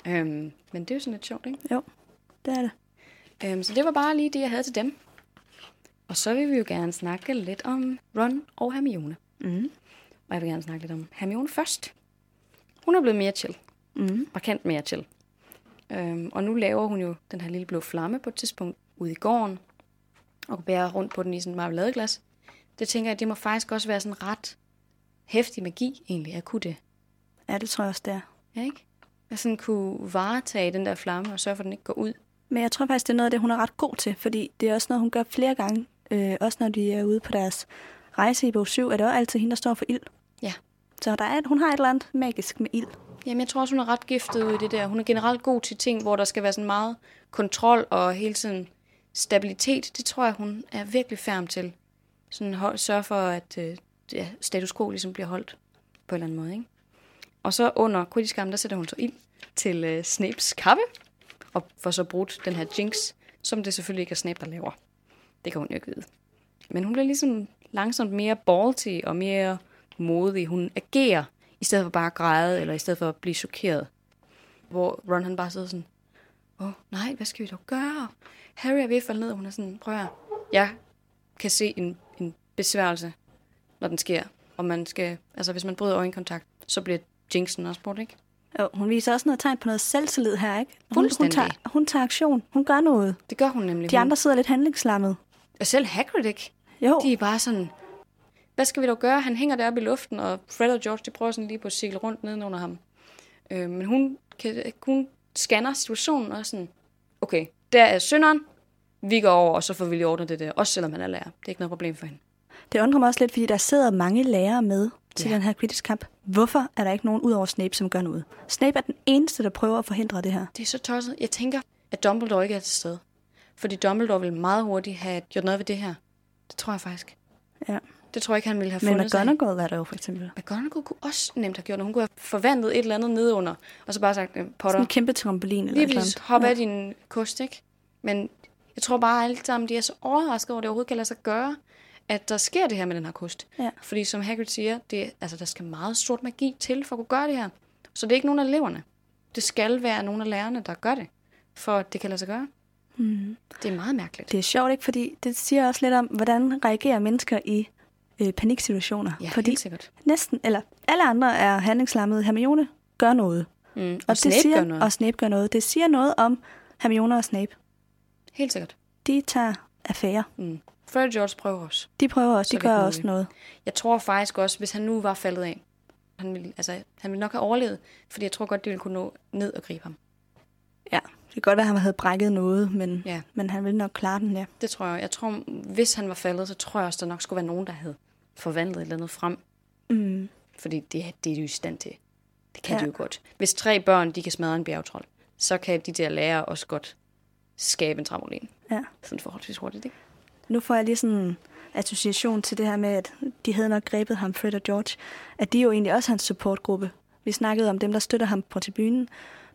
Speaker 1: Øhm, men det er jo sådan lidt sjovt, ikke?
Speaker 2: Jo, det er det.
Speaker 1: Øhm, så det var bare lige det, jeg havde til dem. Og så vil vi jo gerne snakke lidt om Ron og Hermione.
Speaker 2: Mm.
Speaker 1: Og jeg vil gerne snakke lidt om Hermione først. Hun er blevet mere chill.
Speaker 2: Mm.
Speaker 1: Markant mere chill. Øhm, og nu laver hun jo den her lille blå flamme på et tidspunkt ude i gården. Og bærer rundt på den i sådan et marmeladeglas. Det tænker jeg, det må faktisk også være sådan ret hæftig magi egentlig at kunne det.
Speaker 2: Ja, det tror jeg også, det er.
Speaker 1: Ja, ikke? At sådan kunne varetage den der flamme og sørge for, at den ikke går ud.
Speaker 2: Men jeg tror faktisk, det er noget af det, hun er ret god til, fordi det er også noget, hun gør flere gange. Øh, også når de er ude på deres rejse i bog 7, er det også altid hende, der står for ild.
Speaker 1: Ja.
Speaker 2: Så der er, et- hun har et eller andet magisk med ild.
Speaker 1: Jamen, jeg tror også, hun er ret giftet ud i det der. Hun er generelt god til ting, hvor der skal være sådan meget kontrol og hele tiden stabilitet. Det tror jeg, hun er virkelig færm til. Sådan hold, sørge for, at øh, ja, status quo ligesom bliver holdt på en eller anden måde, ikke? Og så under kritiskampen, der sætter hun så ild til øh, Snapes kaffe, og får så brudt den her jinx, som det selvfølgelig ikke er Snape, der laver. Det kan hun jo ikke vide. Men hun bliver ligesom langsomt mere ballsy og mere modig. Hun agerer, i stedet for bare at græde, eller i stedet for at blive chokeret. Hvor Ron han bare sidder sådan, åh oh, nej, hvad skal vi dog gøre? Harry er ved at falde ned, og hun er sådan, prøv at høre, jeg kan se en, en besværgelse, når den sker. Og man skal, altså hvis man bryder øjenkontakt, så bliver jinxen også brugt, ikke?
Speaker 2: Jo, hun viser også noget tegn på noget selvtillid her, ikke? Hun, hun,
Speaker 1: Fuldstændig. Mm.
Speaker 2: tager, hun tager aktion. Hun gør noget.
Speaker 1: Det gør hun nemlig.
Speaker 2: De
Speaker 1: Hun-
Speaker 2: andre sidder lidt handlingslammet.
Speaker 1: Og selv Hagrid, ikke?
Speaker 2: Jo,
Speaker 1: De er bare sådan, hvad skal vi dog gøre? Han hænger deroppe i luften, og Fred og George, de prøver sådan lige på at cirkle rundt nedenunder ham. Øh, men hun, kan, hun scanner situationen og er sådan, okay, der er synderen, vi går over, og så får vi lige ordnet det der, også selvom han er lærer. Det er ikke noget problem for hende.
Speaker 2: Det undrer mig også lidt, fordi der sidder mange lærere med til
Speaker 1: Ja.
Speaker 2: ja. den her Quidditch-kamp. Hvorfor er der ikke nogen ud over Snape, som gør noget? Snape er den eneste, der prøver at forhindre det her.
Speaker 1: Det er så tosset. Jeg tænker, at Dumbledore ikke er til stede. Fordi Dumbledore ville meget hurtigt have gjort noget ved det her. Det tror jeg faktisk.
Speaker 2: Ja.
Speaker 1: Det tror jeg ikke, han ville have
Speaker 2: Men
Speaker 1: fundet sig.
Speaker 2: McGonagall er der jo for eksempel.
Speaker 1: McGonagall kunne også nemt have gjort noget. Hun kunne have forvandlet et eller andet nedunder, og så bare sagt, "Øh, Potter,
Speaker 2: Sådan en kæmpe trampolin eller
Speaker 1: lige
Speaker 2: et eller
Speaker 1: præcis
Speaker 2: andet.
Speaker 1: hoppe af din kost, ikke? Men jeg tror bare, at alle sammen de er så overrasket over, at det overhovedet kan lade sig gøre, at der sker det her med den her kost.
Speaker 2: Ja.
Speaker 1: Fordi som Hagrid siger, det, altså, der skal meget sort magi til for at kunne gøre det her. Så det er ikke nogen af eleverne. Det skal være nogen af lærerne, der gør det, for at det kan lade sig gøre.
Speaker 2: Mm.
Speaker 1: Det er meget mærkeligt.
Speaker 2: Det er sjovt, ikke? Fordi det siger også lidt om, hvordan reagerer mennesker i øh, paniksituationer.
Speaker 1: Ja, Fordi...
Speaker 2: fordi
Speaker 1: helt sikkert.
Speaker 2: næsten, eller alle andre er handlingslammede. Hermione gør noget.
Speaker 1: Mm. Og,
Speaker 2: Og,
Speaker 1: og Snape
Speaker 2: det siger,
Speaker 1: siger... gør noget.
Speaker 2: Og Snape gør noget. Det siger noget om Hermione og Snape.
Speaker 1: Helt sikkert.
Speaker 2: De tager affære.
Speaker 1: Mm. Fred og George prøver også.
Speaker 2: De prøver også.
Speaker 1: Så
Speaker 2: De
Speaker 1: vidt
Speaker 2: gør
Speaker 1: muligt.
Speaker 2: også noget.
Speaker 1: Jeg tror faktisk også, hvis han nu var faldet af, han ville, altså, han ville nok have overlevet, fordi jeg tror godt, de ville kunne nå ned og gribe ham.
Speaker 2: Ja, det kan godt være, at han havde brækket noget, men,
Speaker 1: Ja.
Speaker 2: ja. men han ville nok klare den, ja.
Speaker 1: Det tror jeg. Jeg tror, hvis han var faldet, så tror jeg også, der nok skulle være nogen, der havde forvandlet et eller andet frem.
Speaker 2: Mm.
Speaker 1: Fordi det, det er de jo i stand til. Det kan ja.
Speaker 2: Ja.
Speaker 1: de jo godt. Hvis tre børn, de kan smadre en bjergetrol, så kan de der lærere også godt skabe en trampolin.
Speaker 2: ja.
Speaker 1: Sådan forholdsvis hurtigt, ikke?
Speaker 2: Nu får jeg lige sådan en association til det her med, at de havde nok grebet ham, Fred og George, at de er jo egentlig også hans supportgruppe. Vi snakkede om dem, der støtter ham på tribunen,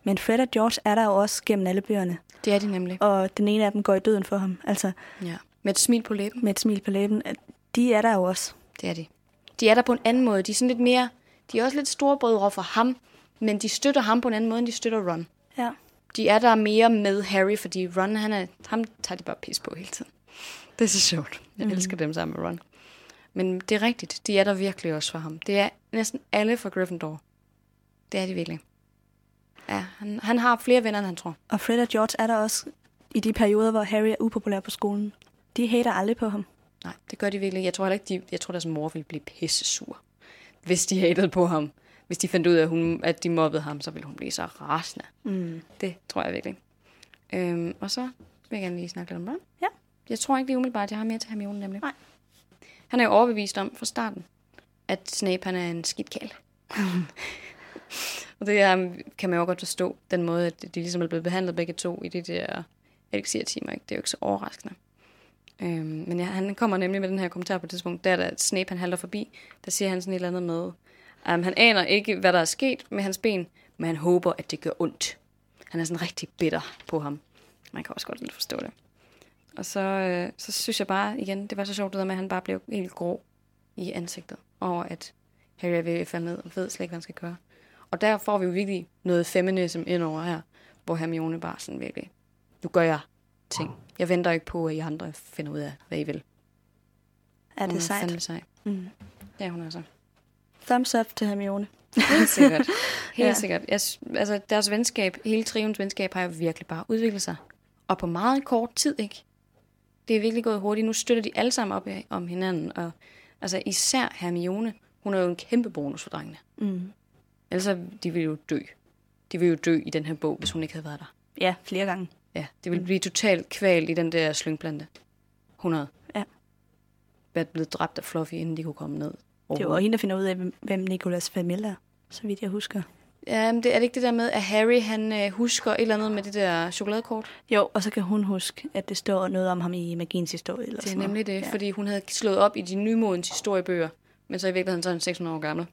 Speaker 2: men Fred og George er der jo også gennem alle bøgerne,
Speaker 1: Det er de nemlig.
Speaker 2: og den ene af dem går i døden for ham, altså
Speaker 1: Ja. Med et smil på læben.
Speaker 2: med et smil på læben. At De er der jo også.
Speaker 1: Det er de. De er der på en anden måde. De er sådan lidt mere... De er også lidt storebrødre for ham, men de støtter ham på en anden måde, end de støtter Ron.
Speaker 2: Ja.
Speaker 1: De er der mere med Harry, fordi Ron, han er, ham tager de bare pis på hele tiden. Det er så sjovt. Jeg mm. elsker dem sammen med Ron. Men det er rigtigt. De er der virkelig også for ham. Det er næsten alle fra Gryffindor. Det er de virkelig. Ja, han, han har flere venner, end han tror.
Speaker 2: Og Fred og George er der også i de perioder, hvor Harry er upopulær på skolen. De hater aldrig på ham.
Speaker 1: Nej, det gør de virkelig. Jeg tror heller ikke, de, jeg tror, deres mor ville blive pisse sur, hvis de hatede på ham. Hvis de fandt ud af, at, hun, at de mobbede ham, så ville hun blive så rasende.
Speaker 2: Mm.
Speaker 1: Det tror jeg virkelig. Øhm, og så vil jeg gerne lige snakke lidt om Ron.
Speaker 2: Ja.
Speaker 1: Jeg tror ikke lige umiddelbart, at jeg har mere til Hermione nemlig.
Speaker 2: Nej.
Speaker 1: Han er jo overbevist om fra starten, at Snape han er en skidt kæl. (laughs) og det um, kan man jo godt forstå, den måde, at de ligesom er blevet behandlet begge to i de der elixir-timer. Ikke? Det er jo ikke så overraskende. Øhm, men ja, han kommer nemlig med den her kommentar på et tidspunkt, der da Snape han halter forbi, der siger han sådan et eller andet med, um, han aner ikke, hvad der er sket med hans ben, men han håber, at det gør ondt. Han er sådan rigtig bitter på ham. Man kan også godt lidt forstå det. Og så, øh, så synes jeg bare, igen, det var så sjovt det der med, at han bare blev helt grå i ansigtet over, at Harry er ved at falde ned og ved slet ikke, hvad han skal gøre. Og der får vi jo virkelig noget feminism ind over her, hvor Hermione bare sådan virkelig, nu gør jeg ting. Jeg venter ikke på, at I andre finder ud af, hvad I vil.
Speaker 2: Er
Speaker 1: Hun
Speaker 2: det sejt?
Speaker 1: fandme sej.
Speaker 2: Mm.
Speaker 1: Ja, hun er
Speaker 2: (laughs)
Speaker 1: så.
Speaker 2: Thumbs up til Hermione.
Speaker 1: Helt sikkert. Helt ja.
Speaker 2: Ja.
Speaker 1: sikkert. Jeg, s- altså, deres venskab, hele trivens venskab, har jo virkelig bare udviklet sig. Og på meget kort tid, ikke? Det er virkelig gået hurtigt. Nu støtter de alle sammen op i- om hinanden. Og altså, især Hermione, hun er jo en kæmpe bonus for drengene.
Speaker 2: Mm.
Speaker 1: Ellers så- de vil jo dø. De vil jo dø i den her bog, hvis hun ikke havde været der.
Speaker 2: Ja, flere gange.
Speaker 1: Ja, det ville blive totalt kvalt i den der slyngplante. 100.
Speaker 2: Ja.
Speaker 1: Været blevet dræbt af Fluffy, inden de kunne komme ned.
Speaker 2: Det var hende, der finder ud af, hvem- hvem Nicolas Flamel er, så vidt jeg husker.
Speaker 1: Ja, men det, er det ikke det der med, at Harry han øh, husker et eller andet med det der chokoladekort?
Speaker 2: Jo, og så kan hun huske, at det står noget om ham i magiens historie. Eller
Speaker 1: Det er
Speaker 2: sådan noget.
Speaker 1: nemlig det, ja. fordi hun havde slået op i de nymodens historiebøger, men så i virkeligheden så er han 600 år gammel.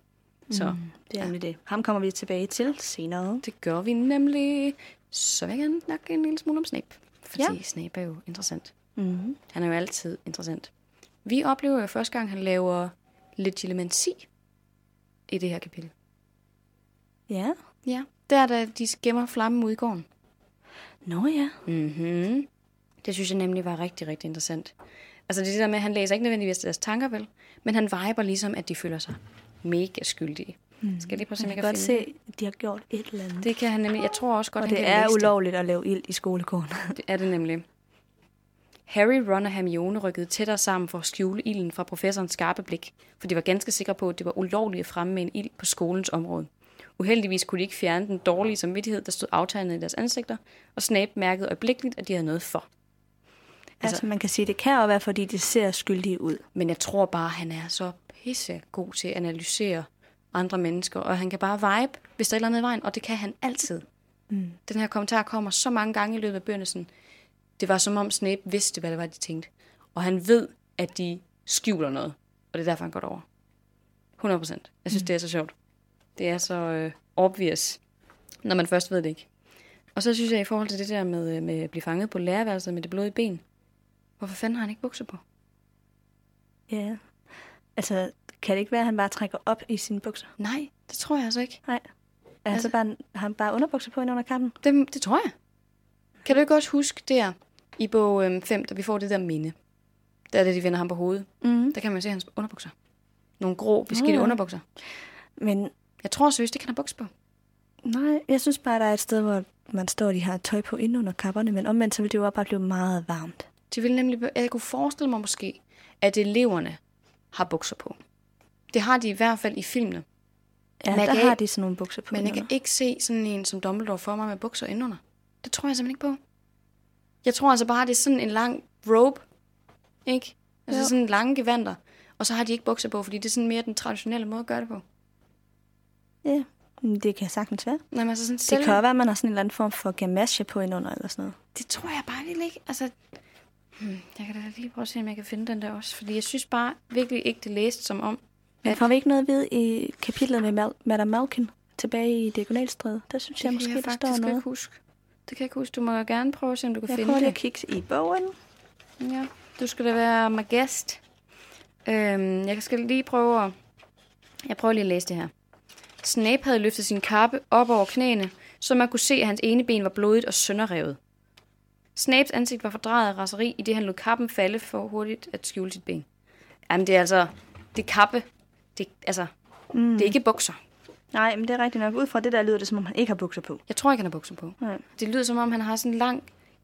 Speaker 1: Så mm.
Speaker 2: Det er nemlig det. Ham kommer vi tilbage til senere.
Speaker 1: det gør vi nemlig. Så vil jeg gerne snakke en lille smule om Snape, fordi ja.
Speaker 2: Ja.
Speaker 1: Snape er jo interessant.
Speaker 2: Mm-hmm.
Speaker 1: Han er jo altid interessant. Vi oplever jo første gang, han laver legilimensi i det her kapitel.
Speaker 2: Ja.
Speaker 1: Ja, der er da de gemmer flammen ud i gården.
Speaker 2: Nå ja.
Speaker 1: Mm-hmm. Det synes jeg nemlig var rigtig, rigtig interessant. Altså det er det der med, at han læser ikke nødvendigvis deres tanker, vel? Men han viber ligesom, at de føler sig mega skyldige. Mm. Skal jeg lige prøve at se, om
Speaker 2: Man
Speaker 1: jeg
Speaker 2: kan
Speaker 1: kan
Speaker 2: godt
Speaker 1: finde
Speaker 2: se, at de har gjort et eller andet.
Speaker 1: det? kan han nemlig. Jeg tror også godt,
Speaker 2: Og
Speaker 1: han
Speaker 2: det
Speaker 1: kan
Speaker 2: er
Speaker 1: læse
Speaker 2: ulovligt at lave ild i skolegården.
Speaker 1: (laughs) Det. det er det nemlig. Harry, Ron og Hermione rykkede tættere sammen for at skjule ilden fra professorens skarpe blik, for de var ganske sikre på, at det var ulovligt at fremme med en ild på skolens område. Uheldigvis kunne de ikke fjerne den dårlige samvittighed, der stod aftegnet i deres ansigter, og Snape mærkede øjeblikkeligt, at de havde noget for.
Speaker 2: Altså, altså man kan sige, det kan jo være, fordi de ser skyldige ud.
Speaker 1: Men jeg tror bare, han er så pisse god til at analysere andre mennesker, og han kan bare vibe, hvis der er et eller andet i vejen, og det kan han altid. Mm. Den her kommentar kommer så mange gange i løbet af bøgerne, sådan, det var som om Snape vidste, hvad det var, de tænkte. Og han ved, at de skjuler noget, og det er derfor, han går over. 100 procent. Jeg synes, mm. det er så sjovt. Det er så øh, obvious, når man først ved det ikke. Og så synes jeg, i forhold til det der med, øh, med at blive fanget på lærerværelset med det blodige ben, hvorfor fanden har han ikke bukser på?
Speaker 2: Ja, yeah. altså kan det ikke være, at han bare trækker op i sine bukser?
Speaker 1: Nej, det tror jeg altså ikke.
Speaker 2: Nej. Er altså,
Speaker 1: Altså-
Speaker 2: så bare, har han bare underbukser på ind under kampen?
Speaker 1: Det, det tror jeg. Kan du ikke også huske der i bog 5, da vi får det der minde? Der er det, de vender ham på hovedet.
Speaker 2: Mm.
Speaker 1: Der kan man se hans underbukser. Nogle grå, beskidte
Speaker 2: Nå.
Speaker 1: underbukser.
Speaker 2: Men
Speaker 1: Jeg tror seriøst, det kan have bukser på.
Speaker 2: nej, jeg synes bare, der er et sted, hvor man står, og de har tøj på ind under kapperne, men omvendt så vil det jo bare blive meget varmt.
Speaker 1: Det ville nemlig, jeg kunne forestille mig måske, at eleverne har bukser på. Det har de i hvert fald i filmene.
Speaker 2: Ja,
Speaker 1: Men jeg
Speaker 2: der
Speaker 1: kan
Speaker 2: har
Speaker 1: ikke-
Speaker 2: de sådan nogle bukser på.
Speaker 1: Men jeg kan
Speaker 2: indenunder.
Speaker 1: ikke se sådan en som Dumbledore for mig med bukser indenunder. Det tror jeg simpelthen ikke på. Jeg tror altså bare, det er sådan en lang robe, ikke? Altså
Speaker 2: Jo.
Speaker 1: jo. sådan lange gevanter. Og så har de ikke bukser på, fordi det er sådan mere den traditionelle måde at gøre det på.
Speaker 2: Ja, men det kan sagtens være.
Speaker 1: Nej, men altså sådan
Speaker 2: Det
Speaker 1: selv,
Speaker 2: kan også være, at man har sådan en eller anden form for gamasje på indenunder eller sådan noget.
Speaker 1: det tror jeg bare virkelig ikke. Altså, hmm, jeg kan da lige prøve at se, om jeg kan finde den der også. Fordi jeg synes bare virkelig ikke, det læste som om.
Speaker 2: Men
Speaker 1: at-
Speaker 2: får vi ikke noget at vide i kapitlet med Mal- Madame Malkin tilbage i Diagonalstræde? Der synes jeg
Speaker 1: kan
Speaker 2: måske, der står
Speaker 1: faktisk
Speaker 2: noget.
Speaker 1: ikke huske. Det kan jeg ikke huske. Du må gerne prøve at se, om du kan
Speaker 2: Jeg
Speaker 1: finde
Speaker 2: prøver lige at
Speaker 1: det.
Speaker 2: kigge i bogen.
Speaker 1: Ja. Du skal da være my guest. Øhm, jeg skal lige prøve at... Jeg prøver lige at læse det her. Snape havde løftet sin kappe op over knæene, så man kunne se, at hans ene ben var blodigt og sønderrevet. Snapes ansigt var fordrejet af raseri, i det han lod kappen falde for hurtigt at skjule sit ben. Jamen, det er altså... Det er kappe. Det, er- altså, mm. det er ikke bukser.
Speaker 2: Nej, men det er rigtigt nok. Ud fra det der lyder det, som om han ikke har bukser på.
Speaker 1: Jeg tror ikke, han har bukser på.
Speaker 2: Nej.
Speaker 1: Det lyder som om, han har sådan en lang,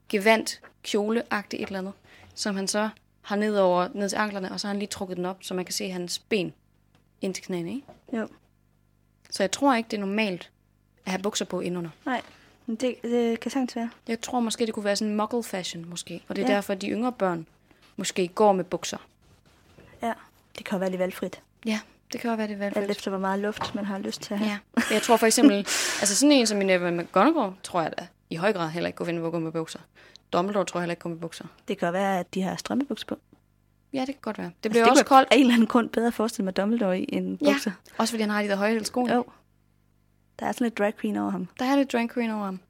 Speaker 1: gevandt, kjoleagtig et eller andet, som han så har ned over ned til anklerne, og så har han lige trukket den op, så man kan se hans ben ind til knæene, ikke?
Speaker 2: Jo.
Speaker 1: Så jeg tror ikke, det er normalt at have bukser på indenunder.
Speaker 2: Nej, men det, det kan sagtens være.
Speaker 1: Jeg tror måske, det kunne være sådan en muggle fashion, måske. Og det er
Speaker 2: Ja.
Speaker 1: ja. derfor, at de yngre børn måske går med bukser.
Speaker 2: Ja. Det kan jo være lidt valgfrit.
Speaker 1: Ja, det kan jo være det valgfrit.
Speaker 2: Alt efter, hvor meget luft man har lyst til at have.
Speaker 1: Ja. Jeg tror for eksempel, (laughs) altså sådan en som Minerva McGonagall, tror jeg da, i høj grad heller ikke kunne finde på at gå med bukser. Dumbledore tror jeg heller ikke går med bukser.
Speaker 2: Det kan jo være, at de har strømmebukser på.
Speaker 1: Ja, det kan godt være. Det
Speaker 2: Altså,
Speaker 1: bliver altså, også
Speaker 2: kunne jeg
Speaker 1: koldt.
Speaker 2: af en eller anden grund bedre forestille mig Dumbledore i end bukser.
Speaker 1: Ja, også fordi han har de der høje sko.
Speaker 2: Jo. Der er sådan lidt drag queen over ham.
Speaker 1: Der er lidt drag queen over ham.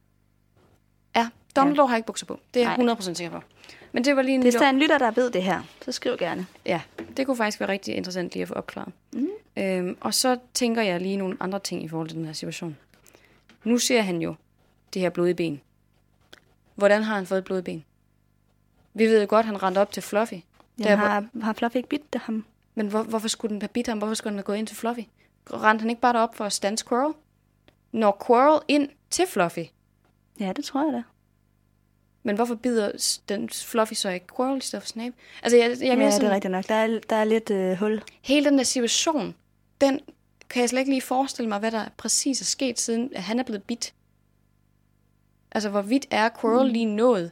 Speaker 1: Ja, Dumbledore ja. har ikke bukser på. Det er
Speaker 2: Nej.
Speaker 1: jeg 100% sikker på. Men det var lige en
Speaker 2: Hvis
Speaker 1: lille-
Speaker 2: der er en lytter, der ved det her, så skriv gerne.
Speaker 1: Ja, det kunne faktisk være rigtig interessant lige at få opklaret.
Speaker 2: Mhm.
Speaker 1: Mm. Øhm, og så tænker jeg lige nogle andre ting i forhold til den her situation. Nu ser han jo det her blodige ben. Hvordan har han fået et blodigt ben? Vi ved jo godt, han rendte op til Fluffy. Der,
Speaker 2: Jamen, har, har Fluffy ikke bidt ham?
Speaker 1: Men hvor, hvorfor skulle den have bidt ham? Hvorfor skulle den have gået ind til Fluffy? Rendte han ikke bare derop for at stanse Quirrell? Når Quirrell ind til Fluffy,
Speaker 2: Ja, det tror jeg da.
Speaker 1: Men hvorfor bider s- den Fluffy så ikke Quirrell i stedet for Snape? Altså, jeg, jeg, jeg
Speaker 2: Jamen, ja,
Speaker 1: mener
Speaker 2: det er
Speaker 1: sådan,
Speaker 2: rigtigt nok. Der er, der er lidt øh, hul.
Speaker 1: hele den der situation, den kan jeg slet ikke lige forestille mig, hvad der præcis er sket, siden at han er blevet bidt. Altså, hvor vidt er Quirrell mm. lige nået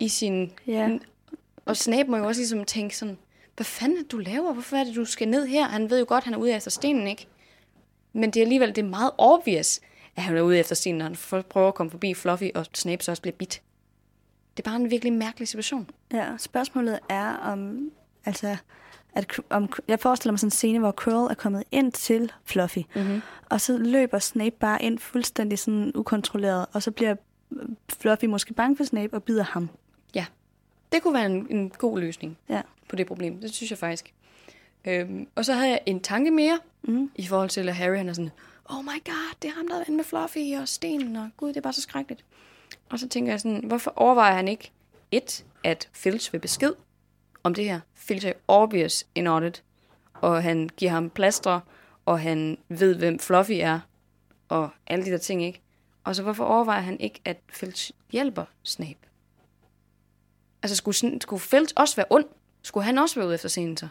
Speaker 1: i sin...
Speaker 2: Ja.
Speaker 1: Mm. Og Snape må jo også ligesom tænke sådan, hvad fanden er det, du laver? Hvorfor er det, du skal ned her? Han ved jo godt, han er ude efter stenen, ikke? Men det er alligevel det er meget obvious, at han er ude efter stenen, når han f- prøver at komme forbi Fluffy, og Snape så også bliver bidt. Det er bare en virkelig mærkelig situation.
Speaker 2: Ja, spørgsmålet er om, altså, at, om, jeg forestiller mig sådan en scene, hvor Curl er kommet ind til Fluffy, mm-hmm.
Speaker 1: Mhm.
Speaker 2: og så løber Snape bare ind fuldstændig sådan ukontrolleret, og så bliver Fluffy måske bange for Snape og bider ham.
Speaker 1: Ja. Det kunne være en, en god løsning
Speaker 2: Ja.
Speaker 1: på det problem. Det synes jeg faktisk. Øhm, og så havde jeg en tanke mere mm. i forhold til, at Harry han er sådan, oh my god, det er ham, der er inde med Fluffy og stenen, og gud, det er bare så skrækkeligt. Og så tænker jeg sådan, hvorfor overvejer han ikke, et, at Filch vil besked om det her. Filch er jo obvious in audit, og han giver ham plaster, og han ved, hvem Fluffy er, og alle de der ting, ikke? Og så hvorfor overvejer han ikke, at Filch hjælper Snape? Altså, skulle, sådan- skulle Felt også være ond? Skulle han også være ude efter scenen så?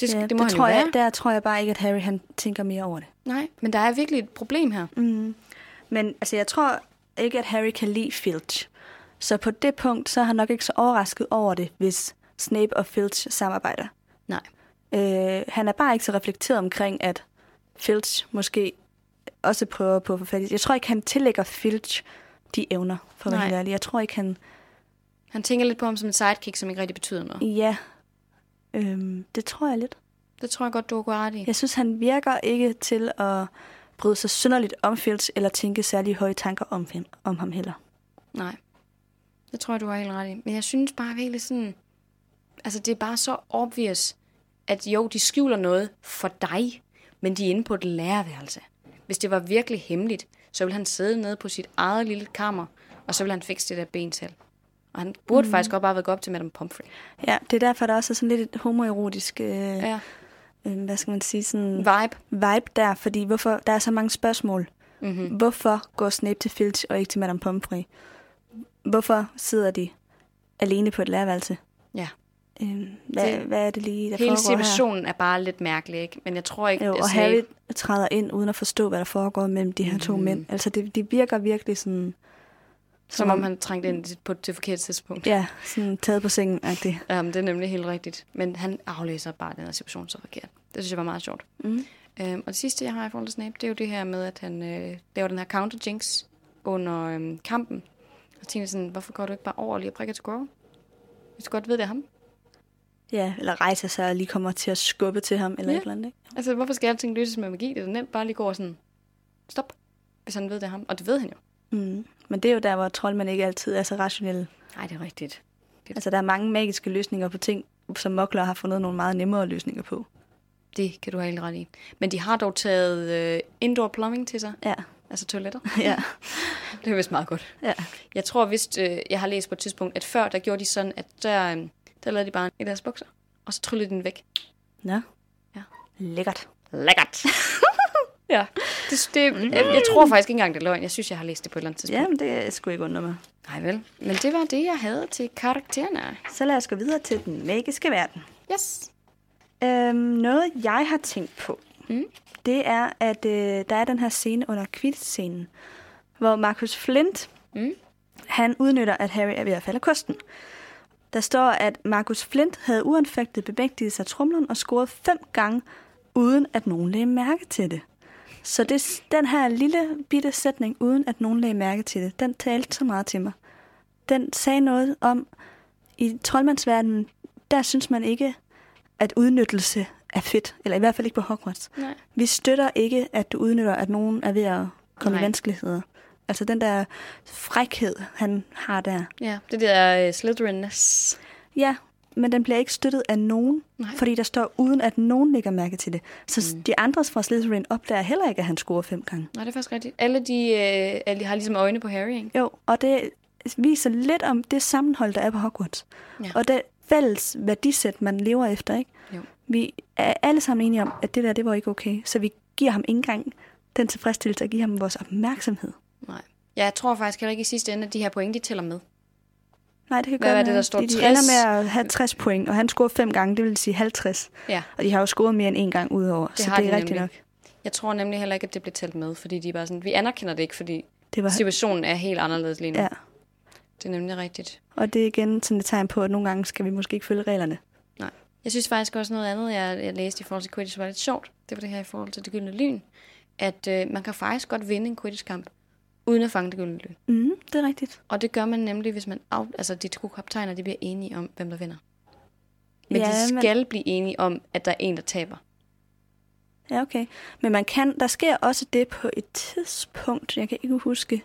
Speaker 1: Det, ja, det må det han
Speaker 2: tror
Speaker 1: jo være.
Speaker 2: jeg, der tror jeg bare ikke, at Harry han tænker mere over det.
Speaker 1: Nej, men der er virkelig et problem her. Mm.
Speaker 2: Men altså, jeg tror ikke, at Harry kan lide Filch. Så på det punkt, så er han nok ikke så overrasket over det, hvis Snape og Filch samarbejder.
Speaker 1: Nej.
Speaker 2: Øh, han er bare ikke så reflekteret omkring, at Filch måske også prøver på at få fat i... Jeg tror ikke, han tillægger Filch de evner, for at være
Speaker 1: Nej.
Speaker 2: helt ærlig. Jeg tror ikke, han...
Speaker 1: Han tænker lidt på ham som en sidekick, som ikke rigtig betyder noget.
Speaker 2: Ja, øhm, det tror jeg lidt.
Speaker 1: Det tror jeg godt, du har gået ret i.
Speaker 2: Jeg synes, han virker ikke til at bryde sig synderligt om Filch, eller tænke særlig høje tanker om, him- om ham heller.
Speaker 1: Nej. Det tror jeg, du har helt ret i. Men jeg synes bare virkelig sådan... Altså, det er bare så obvious, at jo, de skjuler noget for dig, men de er inde på et lærerværelse. Hvis det var virkelig hemmeligt, så ville han sidde nede på sit eget lille kammer, og så ville han fikse det der ben selv. Og han burde mm. faktisk godt bare have været gået op til Madame Pomfrey.
Speaker 2: Ja, det er derfor, der også er sådan lidt et homoerotisk, øh, ja.
Speaker 1: Ja.
Speaker 2: øh, hvad skal man sige, sådan
Speaker 1: Vibe.
Speaker 2: vibe der, fordi hvorfor, der er så mange spørgsmål.
Speaker 1: Mhm.
Speaker 2: Mm-hmm. Hvorfor går Snape til Filch og ikke til Madame Pomfrey? Hvorfor sidder de alene på et lærerværelse?
Speaker 1: Ja.
Speaker 2: Øh, hvad,
Speaker 1: Det-
Speaker 2: hvad er det lige, der
Speaker 1: Hele
Speaker 2: foregår her?
Speaker 1: situationen er bare lidt mærkelig, ikke? Men jeg tror ikke,
Speaker 2: Jo,
Speaker 1: at
Speaker 2: og
Speaker 1: Snape-
Speaker 2: Harry træder ind uden at forstå, hvad der foregår mellem de her
Speaker 1: Mhm.
Speaker 2: to mm. mænd. Altså, det, det virker virkelig sådan...
Speaker 1: som om Mm. han trængte ind på det forkerte tidspunkt.
Speaker 2: Ja, sådan taget på sengen -agtigt.
Speaker 1: Um, det er nemlig helt rigtigt. Men han aflæser bare den her situation så forkert. Det synes jeg var meget sjovt.
Speaker 2: Mm.
Speaker 1: Um, og det sidste, jeg har i forhold til Snape, det er jo det her med, at han øh, laver den her counter jinx under øhm, kampen. Og tænker sådan, hvorfor går du ikke bare over og lige og prikker til Grover? Hvis du godt ved, det er ham.
Speaker 2: Ja, eller rejser sig og lige kommer til at skubbe til ham, eller
Speaker 1: Ja.
Speaker 2: et eller andet, ikke?
Speaker 1: Altså, hvorfor skal alting løses med magi? Det er da nemt bare lige gå og sådan, stop, hvis han ved, det er ham. Og det ved han jo.
Speaker 2: Mm. Men det er jo der, hvor troldmænd ikke altid er så rationelle.
Speaker 1: Nej, det er rigtigt.
Speaker 2: Altså, der er mange magiske løsninger på ting, som mokler har fundet nogle meget nemmere løsninger på.
Speaker 1: Det kan du have helt ret i. Men de har dog taget øh, indoor plumbing til sig,
Speaker 2: Ja,
Speaker 1: altså (laughs) toiletter.
Speaker 2: (laughs) ja,
Speaker 1: Det er vist meget godt.
Speaker 2: ja.
Speaker 1: Jeg tror vist, øh, jeg har læst på et tidspunkt, at før der gjorde de sådan, at der, øh, der lavede de bare i deres bukser, og så tryllede de den væk.
Speaker 2: Nå,
Speaker 1: Ja.
Speaker 2: lækkert. Mm.
Speaker 1: Lækkert! (laughs) ja, det, det, jeg, jeg tror faktisk ikke engang, det er løgn. Jeg synes, jeg har læst det på et eller andet tidspunkt.
Speaker 2: Jamen, det skulle ikke undre mig.
Speaker 1: Nej vel. Men det var det, jeg havde til karaktererne.
Speaker 2: Så lad os gå videre til den magiske verden.
Speaker 1: Yes!
Speaker 2: Øhm, noget, jeg har tænkt på,
Speaker 1: Mm.
Speaker 2: det er, at øh, der er den her scene under Quidditch-scenen, hvor Marcus Flint,
Speaker 1: Mm.
Speaker 2: han udnytter, at Harry er ved at falde af kosten. Der står, at Marcus Flint havde uanfægtet bemægtiget sig trumlen og scoret fem gange, uden at nogen lagde mærke til det. Så det, den her lille bitte sætning, uden at nogen lagde mærke til det, den talte så meget til mig. Den sagde noget om, i troldmandsverdenen, der synes man ikke, at udnyttelse er fedt. Eller i hvert fald ikke på Hogwarts.
Speaker 1: Nej.
Speaker 2: Vi støtter ikke, at du udnytter, at nogen er ved at komme Nej.
Speaker 1: Nej.
Speaker 2: i vanskeligheder. Altså den der frækhed, han har der.
Speaker 1: Ja, det der øh, Slytherinness.
Speaker 2: Ja, men den bliver ikke støttet af nogen,
Speaker 1: Nej.
Speaker 2: fordi der står uden, at nogen lægger mærke til det. Så mm. de andre fra Slytherin opdager heller ikke, at han scorer fem gange.
Speaker 1: Nej, det er faktisk rigtigt. Alle de øh, alle har ligesom øjne på Harry, ikke?
Speaker 2: Jo, og det viser lidt om det sammenhold, der er på Hogwarts.
Speaker 1: Ja.
Speaker 2: Og det fælles værdisæt, man lever efter, ikke?
Speaker 1: Jo.
Speaker 2: Vi er alle sammen enige om, at det der, det var ikke okay. Så vi giver ham ikke engang den tilfredsstillelse at give ham vores opmærksomhed.
Speaker 1: Nej. Ja, jeg tror faktisk heller ikke i sidste ende, at de her point, de tæller med.
Speaker 2: Nej, det kan
Speaker 1: Hvad
Speaker 2: godt
Speaker 1: var det,
Speaker 2: være,
Speaker 1: der står?
Speaker 2: De, de
Speaker 1: 60?
Speaker 2: ender med at have 60 point, og han scorer fem gange, det vil sige 50.
Speaker 1: Ja.
Speaker 2: Og de har jo scoret mere end en gang udover,
Speaker 1: Det
Speaker 2: så
Speaker 1: har
Speaker 2: det er
Speaker 1: de
Speaker 2: rigtigt
Speaker 1: nemlig.
Speaker 2: nok.
Speaker 1: Jeg tror nemlig heller ikke, at det bliver talt med, fordi de er bare sådan, vi anerkender det ikke, fordi
Speaker 2: Det var,
Speaker 1: (laughs) situationen er helt anderledes lige nu.
Speaker 2: ja.
Speaker 1: Det er nemlig rigtigt.
Speaker 2: Og det er igen sådan et tegn på, at nogle gange skal vi måske ikke følge reglerne.
Speaker 1: Nej. Jeg synes faktisk også noget andet, jeg, jeg læste i forhold til Quidditch, var lidt sjovt. Det var det her i forhold til det gyldne lyn. At øh, man kan faktisk godt vinde en Quidditch-kamp, uden at fange det gyldne lyn.
Speaker 2: Mm, det er rigtigt.
Speaker 1: Og det gør man nemlig, hvis man af, altså, de to kaptajner de bliver enige om, hvem der vinder. Men ja,
Speaker 2: Ja,
Speaker 1: de
Speaker 2: men-
Speaker 1: skal men... blive enige om, at der er en, der taber.
Speaker 2: Ja, okay. Men man kan, der sker også det på et tidspunkt, jeg kan ikke huske,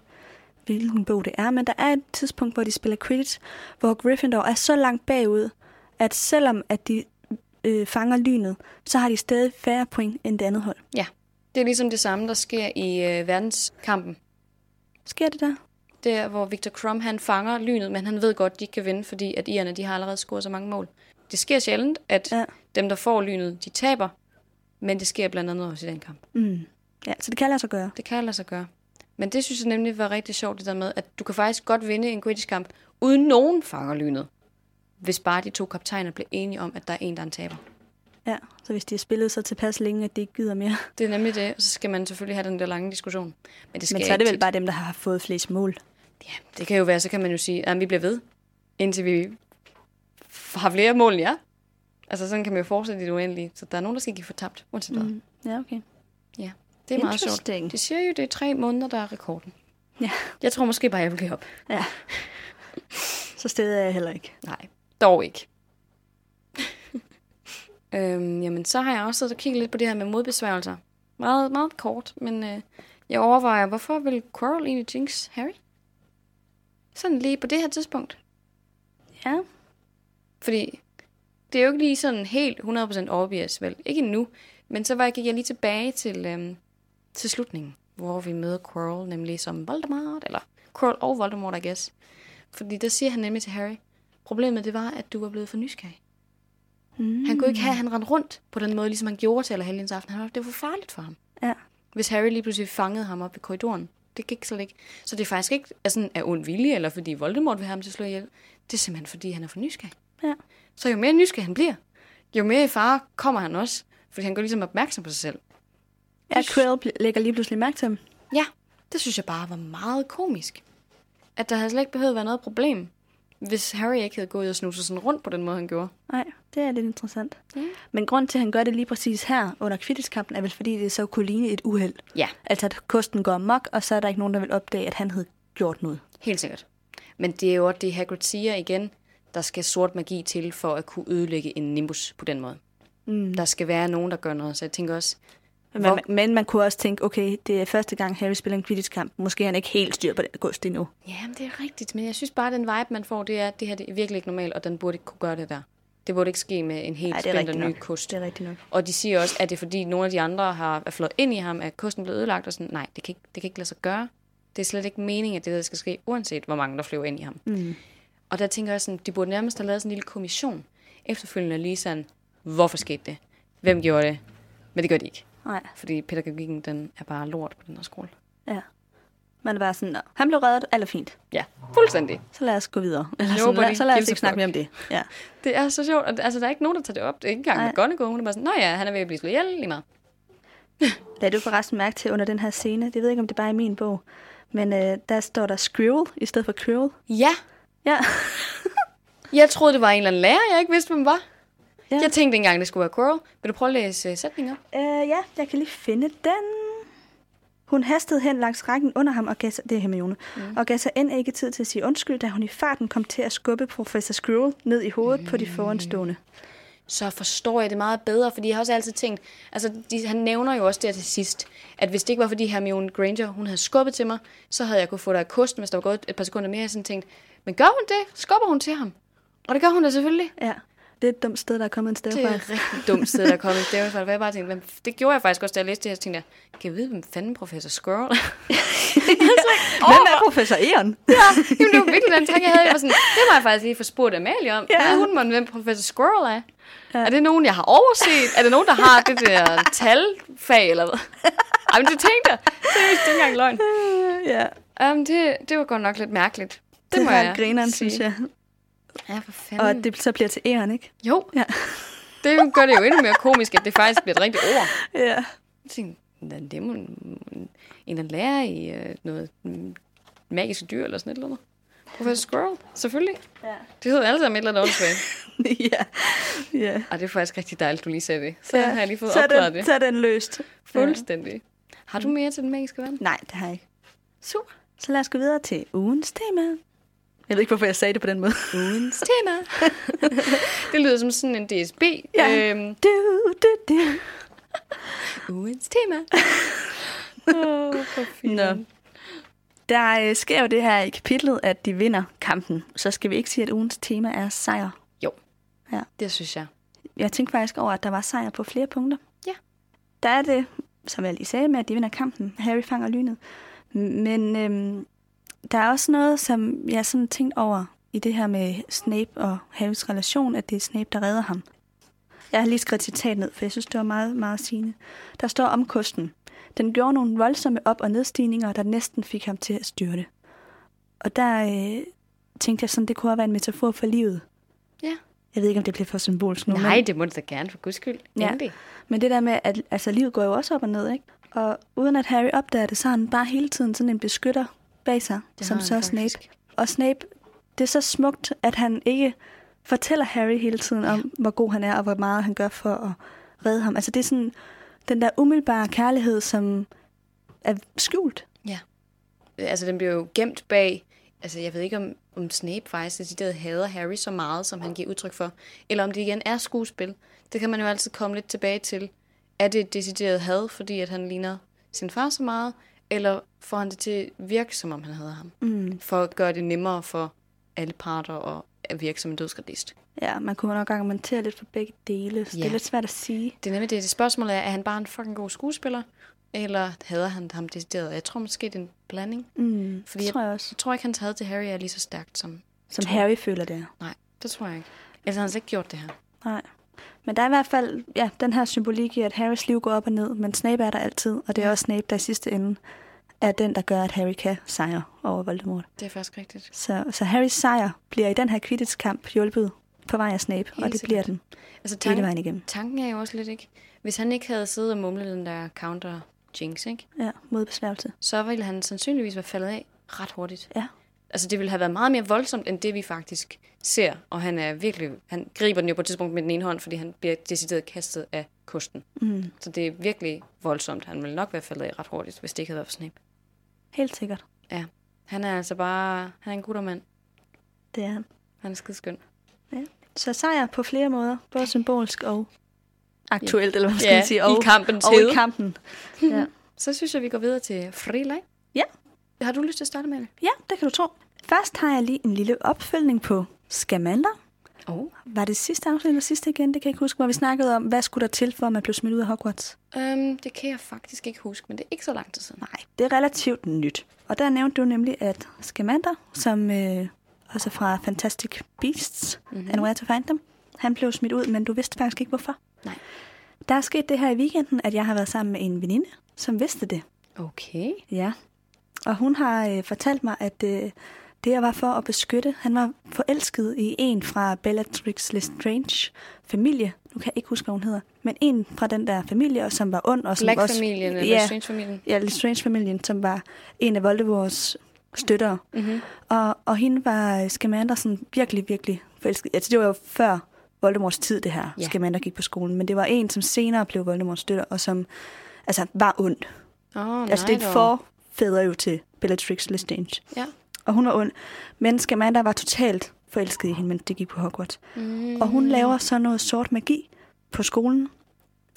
Speaker 2: hvilken bog det er, men der er et tidspunkt, hvor de spiller Quidditch, hvor Gryffindor er så langt bagud, at selvom at de øh, fanger lynet, så har de stadig færre point end det andet hold.
Speaker 1: Ja, det er ligesom det samme, der sker i øh, verdenskampen.
Speaker 2: Sker det der?
Speaker 1: Der, hvor Victor Krum han fanger lynet, men han ved godt, de ikke kan vinde, fordi at irerne de har allerede scoret så mange mål. Det sker sjældent, at ja.
Speaker 2: Ja.
Speaker 1: dem, der får lynet, de taber, men det sker blandt andet også i den kamp.
Speaker 2: Mm. Ja, så det kan lade sig gøre.
Speaker 1: Det kan lade sig gøre. Men det synes jeg nemlig var rigtig sjovt, det der med, at du kan faktisk godt vinde en Quidditch-kamp, uden nogen fanger lynet. Hvis bare de to kaptajner bliver enige om, at der er en, der er en taber.
Speaker 2: Ja, så hvis de har spillet så tilpas længe, at de ikke gider mere.
Speaker 1: Det er nemlig det, og så skal man selvfølgelig have den der lange diskussion. Men det skal
Speaker 2: Men så er det
Speaker 1: ikke
Speaker 2: vel
Speaker 1: tit.
Speaker 2: bare dem, der har fået flest mål.
Speaker 1: Ja, det kan jo være, så kan man jo sige, at vi bliver ved, indtil vi f- har flere mål end jer. Altså sådan kan man jo fortsætte i det uendelige. Så der er nogen, der skal give for tabt, uanset hvad.
Speaker 2: Mm. Ja, okay.
Speaker 1: Det er meget sjovt.
Speaker 2: Interesting.
Speaker 1: De siger jo, det er tre måneder, der er rekorden.
Speaker 2: Ja.
Speaker 1: Jeg tror måske bare, jeg vil give op.
Speaker 2: Så stedet er jeg heller ikke.
Speaker 1: Nej, dog
Speaker 2: (laughs)
Speaker 1: ikke. øhm, jamen, så har jeg også siddet og kigget lidt på det her med modbesværgelser. Meget, meget kort, men øh, jeg overvejer, hvorfor vil Quirrell egentlig jinx Harry? Sådan lige på det her tidspunkt.
Speaker 2: Ja.
Speaker 1: Fordi det er jo ikke lige sådan helt 100% obvious, vel? Ikke endnu. Men så var jeg, gik jeg lige tilbage til, øhm, til slutningen, hvor vi møder Quirrell, nemlig som Voldemort, eller Quirrell og Voldemort, I guess. Fordi der siger han nemlig til Harry, problemet det var, at du var blevet for nysgerrig.
Speaker 2: Mm.
Speaker 1: Han kunne ikke have, at han rendte rundt på den måde, ligesom han gjorde til allerhelgens aften. Han var, det var for farligt for ham.
Speaker 2: Ja.
Speaker 1: Hvis Harry lige pludselig fangede ham op i korridoren. Det gik slet ikke. Så det er faktisk ikke af sådan af ond vilje, eller fordi Voldemort vil have ham til at slå ihjel. Det er simpelthen, fordi han er for nysgerrig.
Speaker 2: Ja.
Speaker 1: Så jo mere nysgerrig han bliver, jo mere i fare kommer han også. Fordi han går ligesom opmærksom på sig selv.
Speaker 2: Ja, Quirrell bl- lægger lige pludselig mærke til ham.
Speaker 1: Ja, det synes jeg bare var meget komisk. At der havde slet ikke behøvet at være noget problem, hvis Harry ikke havde gået og snuset sådan rundt på den måde, han gjorde.
Speaker 2: Nej, det er lidt interessant.
Speaker 1: Ja.
Speaker 2: Men grund til, at han gør det lige præcis her under kvittiskampen, er vel fordi, det så kunne ligne et uheld.
Speaker 1: Ja,
Speaker 2: Altså, at kosten går amok, og så er der ikke nogen, der vil opdage, at han havde gjort noget.
Speaker 1: helt sikkert. Men det er jo også det, Hagrid siger igen. Der skal sort magi til for at kunne ødelægge en nimbus på den måde.
Speaker 2: Mm.
Speaker 1: Der skal være nogen, der gør noget. Så jeg tænker også,
Speaker 2: Men,
Speaker 1: Hvor-
Speaker 2: man, men man kunne også tænke, okay, det er første gang, Harry spiller en kvittiskamp. Måske er han ikke helt styr på den kost endnu.
Speaker 1: ja, men det er rigtigt. Men jeg synes bare, at den vibe, man får, det er, at det her det er virkelig ikke normalt, og den burde ikke kunne gøre det der. Det burde ikke ske med en helt
Speaker 2: Ej, det er
Speaker 1: spændt og
Speaker 2: rigtigt
Speaker 1: ny
Speaker 2: nok.
Speaker 1: kost.
Speaker 2: Det er rigtigt nok.
Speaker 1: Og de siger også, at det er fordi nogle af de andre har er flået ind i ham, at kosten blev ødelagt, og sådan, nej, det kan, ikke, det kan ikke lade sig gøre. Det er slet ikke meningen, at det der skal ske, uanset hvor mange, der flyver ind i ham.
Speaker 2: Mm.
Speaker 1: Og der tænker jeg sådan, de burde nærmest have lavet sådan en lille kommission. Efterfølgende lige sådan, hvorfor skete det? Hvem gjorde det? Men det gør de ikke.
Speaker 2: Nej,
Speaker 1: Fordi pædagogikken, den er bare lort på den her skole.
Speaker 2: ja. Man er bare sådan, "Nå, han blev reddet, alt er fint.
Speaker 1: Ja, fuldstændig.
Speaker 2: Så lad os gå videre. Eller sådan,
Speaker 1: Nobody
Speaker 2: lad, så lad os
Speaker 1: gives a
Speaker 2: ikke snakke
Speaker 1: fuck.
Speaker 2: mere om det. Ja.
Speaker 1: Det er så sjovt. Og det- altså, der er ikke nogen, der tager det op. Det er ikke engang
Speaker 2: Nej.
Speaker 1: McGonagall. Hun er bare sådan, nå ja, han er ved at blive slået ihjel lige meget.
Speaker 2: Lad du forresten mærke til under den her scene, det ved jeg ikke, om det bare er i min bog, men øh, der står der Skrill i stedet for Quirrell.
Speaker 1: Ja,
Speaker 2: Ja,
Speaker 1: jeg troede, det var en eller anden lærer, jeg ikke vidste, hvem var.
Speaker 2: Ja.
Speaker 1: Ja. Jeg tænkte engang, det skulle være Quirrell. Vil du prøve at læse øh, sætninger?
Speaker 2: (laughs) øh, ja jeg kan lige finde den. Hun hastede hen langs rækken under ham, og gav sig, det er Hermione, mm. og gav sig end ikke tid til at sige undskyld, da hun i farten kom til at skubbe professor Skrill ned i hovedet mm. på de foranstående.
Speaker 1: så forstår jeg det meget bedre, fordi jeg har også altid tænkt, altså de, han nævner jo også der til sidst, at hvis det ikke var fordi Hermione Granger, hun havde skubbet til mig, så havde jeg kunne få dig i kosten, hvis der var gået et par sekunder mere, jeg sådan tænkt, men gør hun det? Skubber hun til ham? Og det gør hun da selvfølgelig.
Speaker 2: Ja, det er et dumt sted, der er kommet en
Speaker 1: Det er
Speaker 2: stavefejl.
Speaker 1: et rigtig dumt sted, der er kommet det er jeg bare tænkte, hvem, det gjorde jeg faktisk også, da jeg læste det her, så tænkte jeg, kan jeg vide, hvem fanden professor Squirrel (laughs) er?
Speaker 2: (laughs) Hvem er professor
Speaker 1: (laughs)
Speaker 2: Eon?
Speaker 1: Ja, jamen, det var virkelig den tanke, jeg havde. Jeg var sådan, det var jeg faktisk lige få spurgt Amalie om.
Speaker 2: Ja.
Speaker 1: Ja. Hvad er hun mon, hvem professor Squirrel er? Ja. Er det nogen, jeg har overset? Er det nogen, der har det der talfag eller hvad? Ej, men det tænkte jeg. Seriøst, det er ikke engang løgn.
Speaker 2: (laughs) ja,
Speaker 1: Um, det, det var godt nok lidt mærkeligt. Det,
Speaker 2: det
Speaker 1: må
Speaker 2: var
Speaker 1: jeg
Speaker 2: en grineren,
Speaker 1: sige.
Speaker 2: synes jeg.
Speaker 1: Ja, for
Speaker 2: Og
Speaker 1: fanden.
Speaker 2: at det så bliver til Eon, ikke?
Speaker 1: Jo,
Speaker 2: Ja. (laughs)
Speaker 1: det gør det jo endnu mere komisk, at det faktisk bliver et rigtigt ord.
Speaker 2: ja.
Speaker 1: Jeg tænkte, "Nå, det må en en eller anden lærer i øh, noget mm, magiske dyr eller sådan et eller andet. Professor Squirrel, selvfølgelig.
Speaker 2: Ja.
Speaker 1: Det hedder alle sammen et eller andet åndssvagt.
Speaker 2: (laughs) ja. ja.
Speaker 1: Og det er faktisk rigtig dejligt, du lige sagde det. Så ja. Mm. har jeg lige fået
Speaker 2: så er
Speaker 1: opklaret
Speaker 2: den,
Speaker 1: det.
Speaker 2: Så er den løst.
Speaker 1: Fuldstændig. Har du mere til den magiske verden?
Speaker 2: Nej, det har jeg ikke.
Speaker 1: Super.
Speaker 2: Så lad os gå videre til ugens tema. Jeg ved ikke, hvorfor jeg sagde det på den måde.
Speaker 1: Ugens (laughs) tema. det lyder som sådan en DSB.
Speaker 2: Ja.
Speaker 1: Øhm,
Speaker 2: Du, du, du.
Speaker 1: ugens (laughs) tema. Åh, oh, for fint.
Speaker 2: Nå. Der øh, sker jo det her i kapitlet, at de vinder kampen. Så skal vi ikke sige, at ugens tema er sejr.
Speaker 1: Det synes jeg.
Speaker 2: Jeg tænkte faktisk over, at der var sejr på flere punkter.
Speaker 1: Ja.
Speaker 2: Der er det, som jeg lige sagde med, at de vinder kampen. Harry fanger lynet. Men øhm, der er også noget, som jeg sådan tænkte over i det her med Snape og Harrys relation, at det er Snape, der redder ham. Jeg har lige skrevet et citat ned, for jeg synes, det var meget, meget sigende. Der står om kosten. Den gjorde nogle voldsomme op- og nedstigninger, der næsten fik ham til at styrte. Og der øh, tænkte jeg sådan, det kunne også være en metafor for livet.
Speaker 1: Ja.
Speaker 2: Jeg ved ikke, om det bliver for symbolsk nu. men-
Speaker 1: Nej, det må du da gerne, for guds skyld.
Speaker 2: Ja.
Speaker 1: Ja. Endelig.
Speaker 2: men det der med, at altså, livet går jo også op og ned, ikke? Og uden at Harry opdager det, så har han bare hele tiden sådan en beskytter bag sig,
Speaker 1: Det
Speaker 2: som
Speaker 1: har han
Speaker 2: så er
Speaker 1: faktisk.
Speaker 2: Snape. Og Snape, det er så smukt, at han ikke fortæller Harry hele tiden om, ja. hvor god han er, og hvor meget han gør for at redde ham. Altså det er sådan den der umiddelbare kærlighed, som er skjult.
Speaker 1: Altså, den bliver jo gemt bag... Altså, jeg ved ikke, om, om Snape faktisk decideret hader Harry så meget, som han giver udtryk for. Eller om det igen er skuespil. Det kan man jo altid komme lidt tilbage til. Er det et decideret had, fordi at han ligner sin far så meget? Eller får han det til at virke, som om han hader ham?
Speaker 2: Mm.
Speaker 1: For at gøre det nemmere for alle parter og at virke som en dødsgardist.
Speaker 2: Ja, man kunne nok argumentere lidt for begge dele, så ja. det
Speaker 1: Ja.
Speaker 2: er lidt svært at sige.
Speaker 1: Det er nemlig det, det spørgsmål er, er han bare en fucking god skuespiller? Eller hader han ham decideret? Jeg tror måske, det er en blanding.
Speaker 2: Mm.
Speaker 1: Fordi
Speaker 2: Fordi det
Speaker 1: jeg-
Speaker 2: tror jeg også,
Speaker 1: Jeg tror ikke, hans had til Harry er lige så stærkt som...
Speaker 2: som
Speaker 1: tror-
Speaker 2: Harry føler det er.
Speaker 1: Nej, det tror jeg ikke. Ellers har Altså, han slet ikke gjort det her.
Speaker 2: Nej. Men der er i hvert fald ja, den her symbolik i, at Harrys liv går op og ned, men Snape er der altid, og det er også Snape, der i sidste ende er den, der gør, at Harry kan sejre over Voldemort.
Speaker 1: Det er faktisk rigtigt.
Speaker 2: Så, så Harrys sejr bliver i den her Quidditch-kamp hjulpet på vej af Snape, Helt og det
Speaker 1: sikkert.
Speaker 2: bliver den
Speaker 1: Altså,
Speaker 2: hele
Speaker 1: tanken,
Speaker 2: vejen igennem.
Speaker 1: tanken er jo også lidt, ikke? Hvis han ikke havde siddet og mumlet den der counter jinx, ikke?
Speaker 2: Ja, mod besværgelse.
Speaker 1: Så ville han sandsynligvis være faldet af ret hurtigt.
Speaker 2: Ja.
Speaker 1: Altså, det ville have været meget mere voldsomt, end det vi faktisk ser. Og han er virkelig... Han griber den jo på et tidspunkt med den ene hånd, fordi han bliver decideret kastet af kosten.
Speaker 2: Mm,
Speaker 1: Så det er virkelig voldsomt. Han ville nok være faldet af ret hurtigt, hvis det ikke havde været for Snape.
Speaker 2: helt sikkert.
Speaker 1: Ja. Han er altså bare... Han er en guttermand.
Speaker 2: Det er han.
Speaker 1: Han er skideskøn.
Speaker 2: Så sejr på flere måder, både symbolsk og aktuelt, eller hvad man skal
Speaker 1: Ja,
Speaker 2: man sige,
Speaker 1: i
Speaker 2: og,
Speaker 1: kampens
Speaker 2: og
Speaker 1: hede.
Speaker 2: i kampen. ja.
Speaker 1: Så synes jeg, vi går videre til fri leg.
Speaker 2: Ja.
Speaker 1: Har du lyst til at starte med det?
Speaker 2: ja, det kan du tro. Først har jeg lige en lille opfølgning på Scamander.
Speaker 1: Oh.
Speaker 2: Var det sidste afsnit eller sidste igen? Det kan jeg ikke huske, hvor vi snakkede om, hvad skulle der til, for at man blev smidt ud af Hogwarts?
Speaker 1: Øhm, det kan jeg faktisk ikke huske, men det er ikke så lang tid siden.
Speaker 2: Nej, det er relativt nyt. Og der nævnte du nemlig, at Scamander, som øh, også er fra Fantastic Beasts, mm-hmm. and Where to Find Them, han blev smidt ud, men du vidste faktisk ikke, hvorfor.
Speaker 1: Nej.
Speaker 2: Der er sket det her i weekenden, at jeg har været sammen med en veninde, som vidste det.
Speaker 1: Okay.
Speaker 2: Ja. Og hun har øh, fortalt mig, at øh, det jeg var for at beskytte, han var forelsket i en fra Bellatrix Lestrange familie. Nu kan jeg ikke huske, hvad hun hedder. Men en fra den der familie, og som var ond. Og som også,
Speaker 1: Black-familien eller
Speaker 2: ja,
Speaker 1: Strange-familien.
Speaker 2: ja, Lestrange-familien, som var en af Voldemorts støttere.
Speaker 1: Mm-hmm.
Speaker 2: Og, og hende var Scamander sådan virkelig, virkelig forelsket. Altså, det var jo før Voldemorts tid, det her.
Speaker 1: Ja.
Speaker 2: Ja. Scamander gik på skolen. Men det var en, som senere blev Voldemorts støtter, og som altså, var ond.
Speaker 1: Oh,
Speaker 2: Altså, det er forfædre jo til Bellatrix Lestrange.
Speaker 1: Ja.
Speaker 2: Og hun var ond. Men Scamander var totalt forelsket i hende, mens det gik på Hogwarts.
Speaker 1: Mm.
Speaker 2: Og hun laver så noget sort magi på skolen.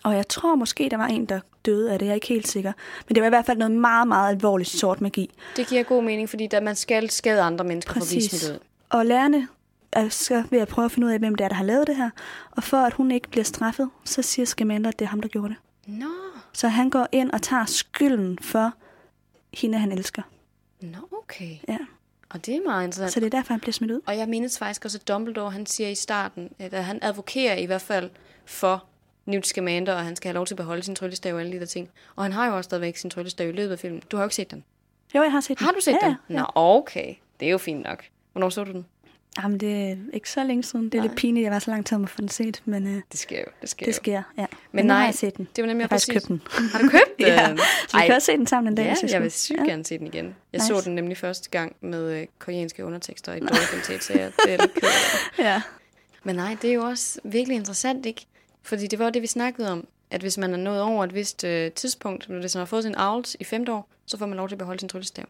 Speaker 2: Og jeg tror måske, der var en, der døde af det. Jeg er ikke helt sikker. Men det var i hvert fald noget meget, meget alvorligt sort magi.
Speaker 1: Det giver god mening, fordi der, man skal skade andre mennesker for at blive
Speaker 2: Præcis.
Speaker 1: smidt ud.
Speaker 2: Og lærerne er så ved at prøve at finde ud af, hvem det er, der har lavet det her. Og for at hun ikke bliver straffet, så siger Scamander, at det er ham, der gjorde det.
Speaker 1: Nå,
Speaker 2: Så han går ind og tager skylden for hende, han elsker.
Speaker 1: nå okay.
Speaker 2: Ja.
Speaker 1: Og det er meget interessant.
Speaker 2: Så det er derfor, han bliver smidt ud.
Speaker 1: Og jeg mindes faktisk også, at Dumbledore, han siger i starten, at han advokerer i hvert fald for Newt Scamander, og han skal have lov til at beholde sin tryllestav og alle de der ting. Og han har jo også stadigvæk sin tryllestav i løbet af filmen. Du har jo ikke set den.
Speaker 2: Jo, jeg har set den.
Speaker 1: Har du set
Speaker 2: ja,
Speaker 1: den?
Speaker 2: Ja.
Speaker 1: Nå, okay. Det er jo fint nok. Hvornår så du den?
Speaker 2: Jamen, det er ikke så længe siden. Det er lidt pinligt, jeg var så lang tid om at få den set, men øh,
Speaker 1: Det sker jo. Det sker
Speaker 2: det
Speaker 1: jo.
Speaker 2: sker, ja. Men,
Speaker 1: Men
Speaker 2: nu har
Speaker 1: nej,
Speaker 2: jeg set den.
Speaker 1: det var nemlig
Speaker 2: jeg har faktisk
Speaker 1: præcis-
Speaker 2: købt den.
Speaker 1: Har du
Speaker 2: (laughs)
Speaker 1: købt den?
Speaker 2: Ja, Så vi
Speaker 1: Ej,
Speaker 2: kan også se den sammen en dag,
Speaker 1: ja,
Speaker 2: hvis jeg
Speaker 1: jeg
Speaker 2: skulle.
Speaker 1: vil sygt
Speaker 2: Ja.
Speaker 1: gerne se den igen. Jeg
Speaker 2: Nice.
Speaker 1: så den nemlig første gang med øh, koreanske undertekster i dårlig kvalitet, så jeg det er lidt ked af.
Speaker 2: Ja.
Speaker 1: Men nej, det er jo også virkelig interessant, ikke? Fordi det var jo det, vi snakkede om, at hvis man er nået over et vist øh, tidspunkt, når hvis man har fået sin avls i femte år, så får man lov til at beholde sin tryllestav.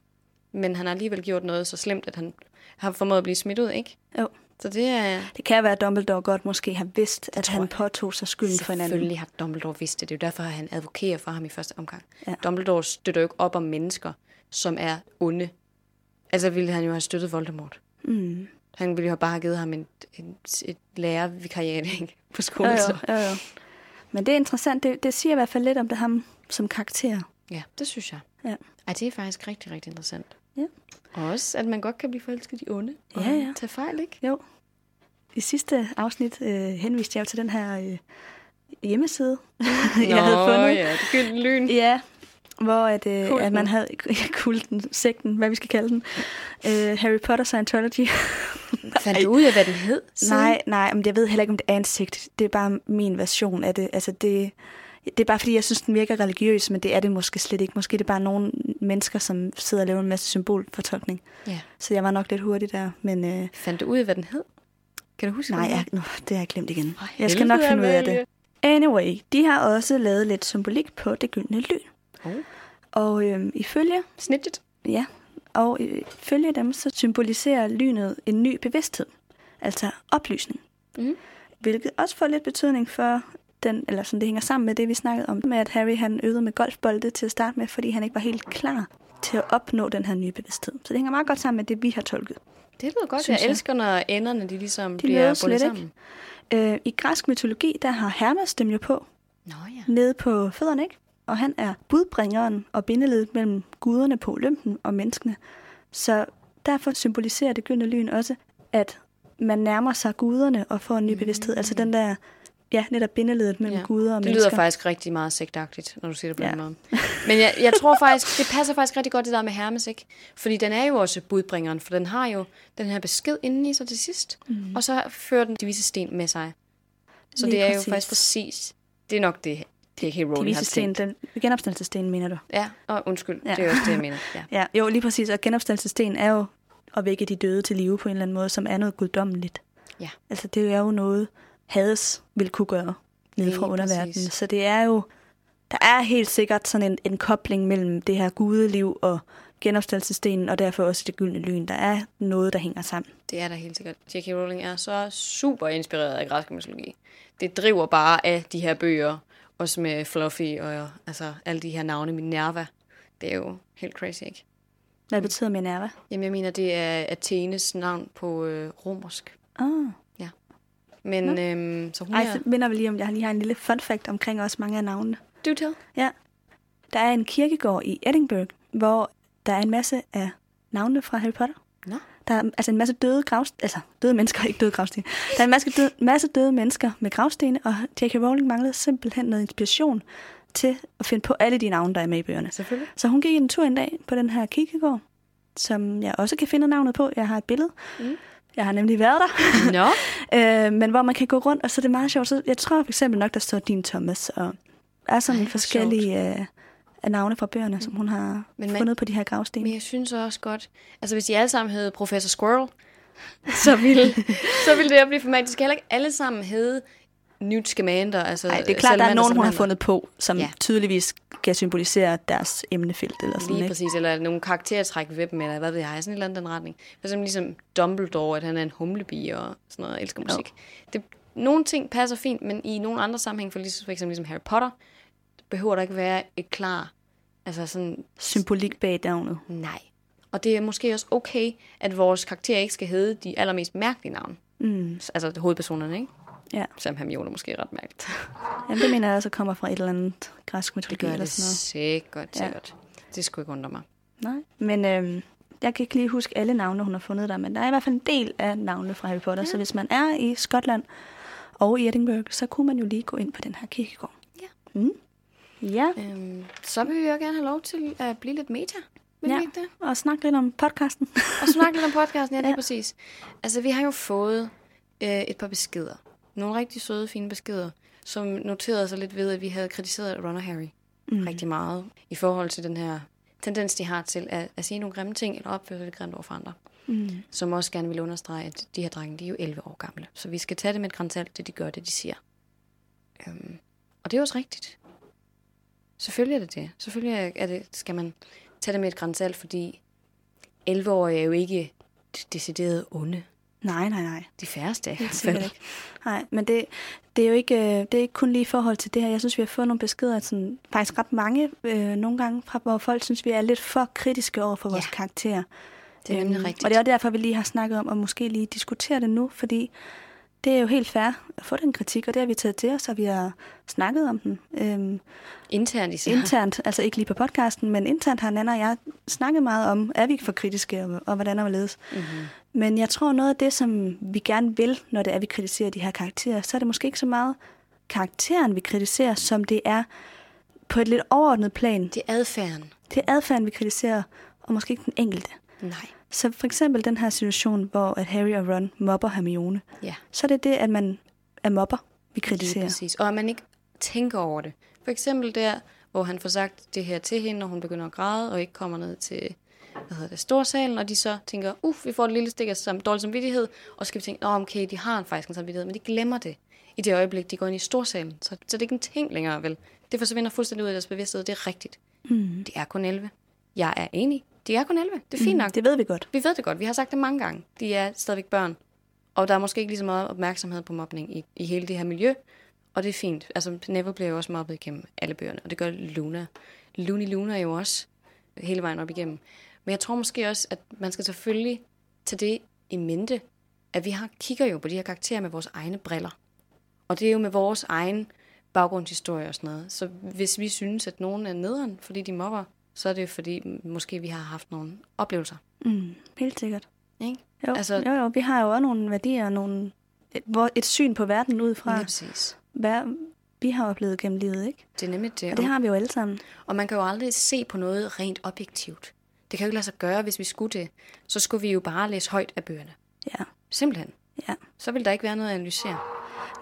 Speaker 1: Men han har alligevel gjort noget så slemt, at han har formået at blive smidt ud, ikke?
Speaker 2: Jo.
Speaker 1: Så det er...
Speaker 2: Det kan være, at Dumbledore godt måske har vidst, at
Speaker 1: tror
Speaker 2: han
Speaker 1: jeg.
Speaker 2: påtog sig skylden for hinanden.
Speaker 1: Selvfølgelig har Dumbledore vidst det. Det er jo derfor, at han advokerer for ham i første omgang.
Speaker 2: Ja.
Speaker 1: Ja. Dumbledore støtter jo ikke op om mennesker, som er onde. Altså ville han jo have støttet Voldemort.
Speaker 2: Mm.
Speaker 1: Han ville jo bare have givet ham en, en, et lærervikariat (laughs) ikke? på
Speaker 2: Jo,
Speaker 1: skolen.
Speaker 2: jo,
Speaker 1: så.
Speaker 2: jo, jo. Men det er interessant. Det, det siger i hvert fald lidt om det ham som karakter.
Speaker 1: Ja, det synes jeg.
Speaker 2: Ja.
Speaker 1: Ej, det er faktisk rigtig, rigtig interessant.
Speaker 2: Ja.
Speaker 1: Og også, at man godt kan blive forelsket i onde. og
Speaker 2: Ja, ja.
Speaker 1: Tage fejl, ikke?
Speaker 2: Jo. I sidste afsnit øh, henviste jeg jo til den her øh, hjemmeside, (laughs) (laughs) jeg havde fundet.
Speaker 1: ja, det gyldne lyn.
Speaker 2: (laughs) Ja, hvor at, øh,
Speaker 1: Kulten.
Speaker 2: at man havde (laughs) ja, kulten, sekten, hvad vi skal kalde den. Øh, Harry Potter Scientology. (laughs)
Speaker 1: Fandt du ud af, hvad den hed? siden?
Speaker 2: nej, nej, men jeg ved heller ikke, om det er en sekt. Det er bare min version af det. Altså det, Det er bare fordi, jeg synes, den virker religiøs, men det er det måske slet ikke. Måske er det bare nogle mennesker, som sidder og laver en masse symbolfortolkning.
Speaker 1: Ja.
Speaker 2: Så jeg var nok lidt hurtig der, men øh,
Speaker 1: Fandt du ud af, hvad den hed? Kan du huske
Speaker 2: nej,
Speaker 1: den?
Speaker 2: jeg, nu, det har jeg glemt igen.
Speaker 1: For
Speaker 2: Jeg skal nok
Speaker 1: helvede,
Speaker 2: finde ud af
Speaker 1: Amalie.
Speaker 2: det. Anyway, de har også lavet lidt symbolik på det gyldne lyn.
Speaker 1: Oh.
Speaker 2: Og øh, ifølge
Speaker 1: Snidget.
Speaker 2: Ja, og øh, følge dem, så symboliserer lynet en ny bevidsthed, altså oplysning.
Speaker 1: Mhm.
Speaker 2: Hvilket også får lidt betydning for den, eller sådan det hænger sammen med det, vi snakkede om, med at Harry han øvede med golfbolde til at starte med, fordi han ikke var helt klar til at opnå den her nye bevidsthed. Så det hænger meget godt sammen med det, vi har tolket.
Speaker 1: Det lyder godt.
Speaker 2: Synes
Speaker 1: jeg
Speaker 2: jeg.
Speaker 1: elsker, når enderne de ligesom
Speaker 2: De
Speaker 1: bliver
Speaker 2: mødes
Speaker 1: bundet
Speaker 2: slet ikke.
Speaker 1: sammen.
Speaker 2: Øh, I græsk mytologi, der har Hermes dem jo på,
Speaker 1: Nå ja.
Speaker 2: nede på fødderne, ikke? Og han er budbringeren og bindeledet mellem guderne på Olympen og menneskene. Så derfor symboliserer det gyldne lyn også, at man nærmer sig guderne og får en ny bevidsthed. Altså den der, ja, netop bindeledet mellem
Speaker 1: Mm. Ja.
Speaker 2: guder og
Speaker 1: Det
Speaker 2: mennesker.
Speaker 1: lyder faktisk rigtig meget sektagtigt, når du siger det på
Speaker 2: Ja.
Speaker 1: den måde. Men jeg,
Speaker 2: (laughs)
Speaker 1: jeg tror faktisk, det passer faktisk rigtig godt det der med Hermes, ikke? Fordi den er jo også budbringeren, for den har jo den her besked inden i sig til sidst, mm. og så fører den de vise sten med sig. Så
Speaker 2: Mhm. Lige
Speaker 1: det er
Speaker 2: præcis.
Speaker 1: jo faktisk præcis, det er nok det, det er helt
Speaker 2: De
Speaker 1: Rowling har
Speaker 2: vise sten,
Speaker 1: tænkt.
Speaker 2: den genopstandelsessten, mener du?
Speaker 1: Ja, og undskyld,
Speaker 2: Ja.
Speaker 1: ja. det er også det, jeg mener. Ja.
Speaker 2: Ja, jo, lige præcis. Og genopstandelsessten er jo at vække de døde til live på en eller anden måde, som er noget guddommeligt.
Speaker 1: Ja.
Speaker 2: Altså det er jo noget, Hades ville kunne gøre nede
Speaker 1: Lige
Speaker 2: fra underverdenen.
Speaker 1: præcis.
Speaker 2: Så det er jo, der er helt sikkert sådan en, en kobling mellem det her gudeliv og genopstandelsesstenen, og derfor også det gyldne lyn. Der er noget, der hænger sammen.
Speaker 1: Det er der helt sikkert. J.K. Rowling er så super inspireret af græsk mytologi. Det driver bare af de her bøger, også med Fluffy og altså, alle de her navne, Minerva. Det er jo helt crazy, ikke?
Speaker 2: Hvad
Speaker 1: Mm.
Speaker 2: betyder Minerva?
Speaker 1: Jamen, jeg mener, det er Athenes navn på øh, romersk.
Speaker 2: Oh.
Speaker 1: Men øhm, så hun
Speaker 2: Ej,
Speaker 1: Ej, er...
Speaker 2: så minder vi lige om, jeg lige har en lille fun fact omkring også mange af navnene.
Speaker 1: Du tell.
Speaker 2: Ja. Der er en kirkegård i Edinburgh, hvor der er en masse af navnene fra Harry Potter.
Speaker 1: Nå.
Speaker 2: Der er altså en masse døde gravsten, altså døde mennesker, (laughs) ikke døde gravsten. Der er en masse døde, masse døde mennesker med gravstene, og J.K. Rowling manglede simpelthen noget inspiration til at finde på alle de navne, der er med i bøgerne.
Speaker 1: Selvfølgelig.
Speaker 2: Så hun gik en tur en dag på den her kirkegård, som jeg også kan finde navnet på. Jeg har et billede.
Speaker 1: Mm.
Speaker 2: Jeg har nemlig været der. (laughs)
Speaker 1: Nå.
Speaker 2: Øh, men hvor man kan gå rundt, og så er det meget sjovt. Så jeg tror for eksempel nok, der står din Thomas, og er sådan
Speaker 1: Ej,
Speaker 2: Ej,
Speaker 1: hvor
Speaker 2: forskellige øh, af navne fra bøgerne, som hun har
Speaker 1: Men
Speaker 2: men
Speaker 1: man-
Speaker 2: fundet på de her gravsten.
Speaker 1: Men jeg synes også godt... Altså, hvis de alle sammen hed Professor Squirrel, så ville,
Speaker 2: (laughs)
Speaker 1: så ville det her blive for mig. De skal heller ikke alle sammen hedde Newt Scamander. Altså,
Speaker 2: Nej, det er klart, der er
Speaker 1: Salamander,
Speaker 2: nogen, hun har
Speaker 1: Salamander.
Speaker 2: fundet på, som
Speaker 1: Ja.
Speaker 2: ja. tydeligvis kan symbolisere deres emnefelt. Eller sådan,
Speaker 1: Lige
Speaker 2: ikke?
Speaker 1: præcis, eller nogle karaktertræk ved dem, eller hvad ved jeg, sådan et eller andet den retning. For eksempel ligesom Dumbledore, at han er en humlebi og sådan noget, og elsker musik. Det, nogle ting passer fint, men i nogle andre sammenhæng, for, ligesom, for eksempel ligesom Harry Potter, behøver der ikke være et klar, altså sådan,
Speaker 2: Symbolik bag navnet.
Speaker 1: nej. Og det er måske også okay, at vores karakterer ikke skal hedde de allermest mærkelige navne.
Speaker 2: Mm.
Speaker 1: Altså hovedpersonerne, ikke?
Speaker 2: Ja.
Speaker 1: Selvom Hermione måske er ret mærkeligt.
Speaker 2: Jamen, det mener jeg også kommer fra et eller andet græsk mytologi
Speaker 1: Gør
Speaker 2: eller
Speaker 1: det
Speaker 2: sådan noget.
Speaker 1: sikkert,
Speaker 2: Ja.
Speaker 1: sikkert. Det skulle ikke undre mig.
Speaker 2: Nej. Men øhm, jeg kan ikke lige huske alle navne, hun har fundet der, men der er i hvert fald en del af navnene fra Harry Potter, ja. så hvis man er i Skotland og i Edinburgh, så kunne man jo lige gå ind på den her kirkegård.
Speaker 1: Ja.
Speaker 2: Mm. Ja,
Speaker 1: Øhm, så vil vi jo gerne have lov til at blive lidt meta. Vil ja.
Speaker 2: Ja.
Speaker 1: vi ikke det?
Speaker 2: og snak lidt om podcasten. (laughs)
Speaker 1: Og snakke lidt om podcasten, ja, det er ja.
Speaker 2: Ja.
Speaker 1: præcis. Altså, vi har jo fået øh, et par beskeder. Nogle rigtig søde, fine beskeder, som noterede sig lidt ved, at vi havde kritiseret Ron og Harry mm. rigtig meget i forhold til den her tendens, de har til at, at sige nogle grimme ting eller opføre sig lidt grimt over for andre.
Speaker 2: mm.
Speaker 1: Som også gerne vil understrege, at de her drenge, de er jo 11 år gamle. Så vi skal tage det med et grænsalt, det de gør, det de siger. Øhm, og det er jo også rigtigt. Selvfølgelig er det det. Selvfølgelig er det, skal man tage det med et grænsalt, fordi 11-årige er jo ikke d- decideret onde.
Speaker 2: Nej, nej, nej.
Speaker 1: De færreste er i hvert
Speaker 2: Sikkert
Speaker 1: fald.
Speaker 2: ikke. Nej, men det, det er jo ikke, øh, det er ikke kun lige i forhold til det her. Jeg synes, vi har fået nogle beskeder, sådan, faktisk ret mange øh, nogle gange, fra, hvor folk synes, vi er lidt for kritiske over for vores
Speaker 1: Ja.
Speaker 2: karakterer.
Speaker 1: Det er nemlig
Speaker 2: Øhm,
Speaker 1: rigtigt.
Speaker 2: Og det er også derfor, vi lige har snakket om, og måske lige diskutere det nu, fordi det er jo helt fair at få den kritik, og det har vi taget til os, og vi har snakket om den øhm,
Speaker 1: Internt især.
Speaker 2: internt, altså ikke lige på podcasten, men internt har Nana og jeg snakket meget om, er vi ikke for kritiske, og, og hvordan er hvorledes.
Speaker 1: mm-hmm.
Speaker 2: Men jeg tror, noget af det, som vi gerne vil, når det er, vi kritiserer de her karakterer, så er det måske ikke så meget karakteren, vi kritiserer, som det er på et lidt overordnet plan.
Speaker 1: Det er adfærden.
Speaker 2: Det er adfærden, vi kritiserer, og måske ikke den enkelte.
Speaker 1: Nej.
Speaker 2: Så for eksempel den her situation, hvor at Harry og Ron mobber Hermione,
Speaker 1: Ja,
Speaker 2: så er det det, at man er mobber, vi
Speaker 1: lige
Speaker 2: kritiserer.
Speaker 1: præcis. Og at man ikke tænker over det. For eksempel der, hvor han får sagt det her til hende, når hun begynder at græde, og ikke kommer ned til hvad hedder det, storsalen, og de så tænker, uff, vi får et lille stik af som dårlig samvittighed, og så skal vi tænke, Nå, okay, de har en faktisk en samvittighed, men de glemmer det i det øjeblik, de går ind i storsalen. Så, så det er ikke en ting længere, vel? Det forsvinder fuldstændig ud af deres bevidsthed, det er rigtigt. Mm. Det er kun 11. Jeg er enig. De er kun 11. Det er fint nok.
Speaker 2: Det ved vi godt.
Speaker 1: Vi ved det godt. Vi har sagt det mange gange. De er stadigvæk børn. Og der er måske ikke lige så meget opmærksomhed på mobning i, i hele det her miljø. Og det er fint. Altså, Neville bliver jo også mobbet igennem alle bøgerne. Og det gør Luna. Looney Luna er jo også hele vejen op igennem. Men jeg tror måske også, at man skal selvfølgelig tage det i mente, at vi har, kigger jo på de her karakterer med vores egne briller. Og det er jo med vores egen baggrundshistorie og sådan noget. Så hvis vi synes, at nogen er nederen, fordi de mobber, så er det jo fordi, m- måske vi har haft nogle oplevelser.
Speaker 2: Mm. Helt sikkert.
Speaker 1: Ikke?
Speaker 2: Jo. Altså,
Speaker 1: Altså-
Speaker 2: jo, jo, vi har jo også nogle værdier, nogle, et, hvor- et syn på verden ud fra,
Speaker 1: Lige præcis.
Speaker 2: hvad vi har oplevet gennem livet, ikke?
Speaker 1: Det er nemlig det.
Speaker 2: Og det har vi jo alle sammen.
Speaker 1: Og man kan jo aldrig se på noget rent objektivt. Det kan jo ikke lade sig gøre, hvis vi skulle det. Så skulle vi jo bare læse højt af bøgerne.
Speaker 2: Ja,
Speaker 1: Simpelthen.
Speaker 2: ja.
Speaker 1: Så vil der ikke være noget at analysere.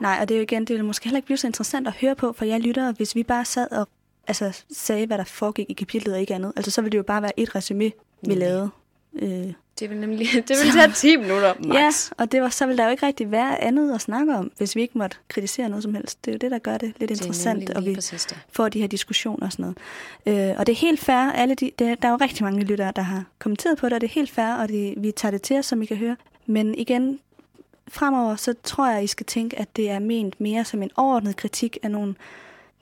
Speaker 2: Nej, og det er jo igen, det ville måske heller ikke blive så interessant at høre på, for jeg lytter, hvis vi bare sad og altså, sagde, hvad der foregik i kapitlet og ikke andet. Altså, så ville det jo bare være et resume, vi lavede. Øh,
Speaker 1: Det vil nemlig (laughs) det vil tage 10 minutter
Speaker 2: ja,
Speaker 1: max.
Speaker 2: og det var, så ville der jo ikke rigtig være andet at snakke om, hvis vi ikke måtte kritisere noget som helst. Det er jo det, der gør det lidt
Speaker 1: det er
Speaker 2: interessant,
Speaker 1: nemlig
Speaker 2: og
Speaker 1: lige
Speaker 2: vi
Speaker 1: præcis det.
Speaker 2: får de her diskussioner og sådan noget. Øh, og det er helt fair, alle de, der, der er jo rigtig mange lyttere, der har kommenteret på det, og det er helt fair, og det, vi tager det til os, som I kan høre. Men igen, fremover, så tror jeg, I skal tænke, at det er ment mere som en overordnet kritik af nogle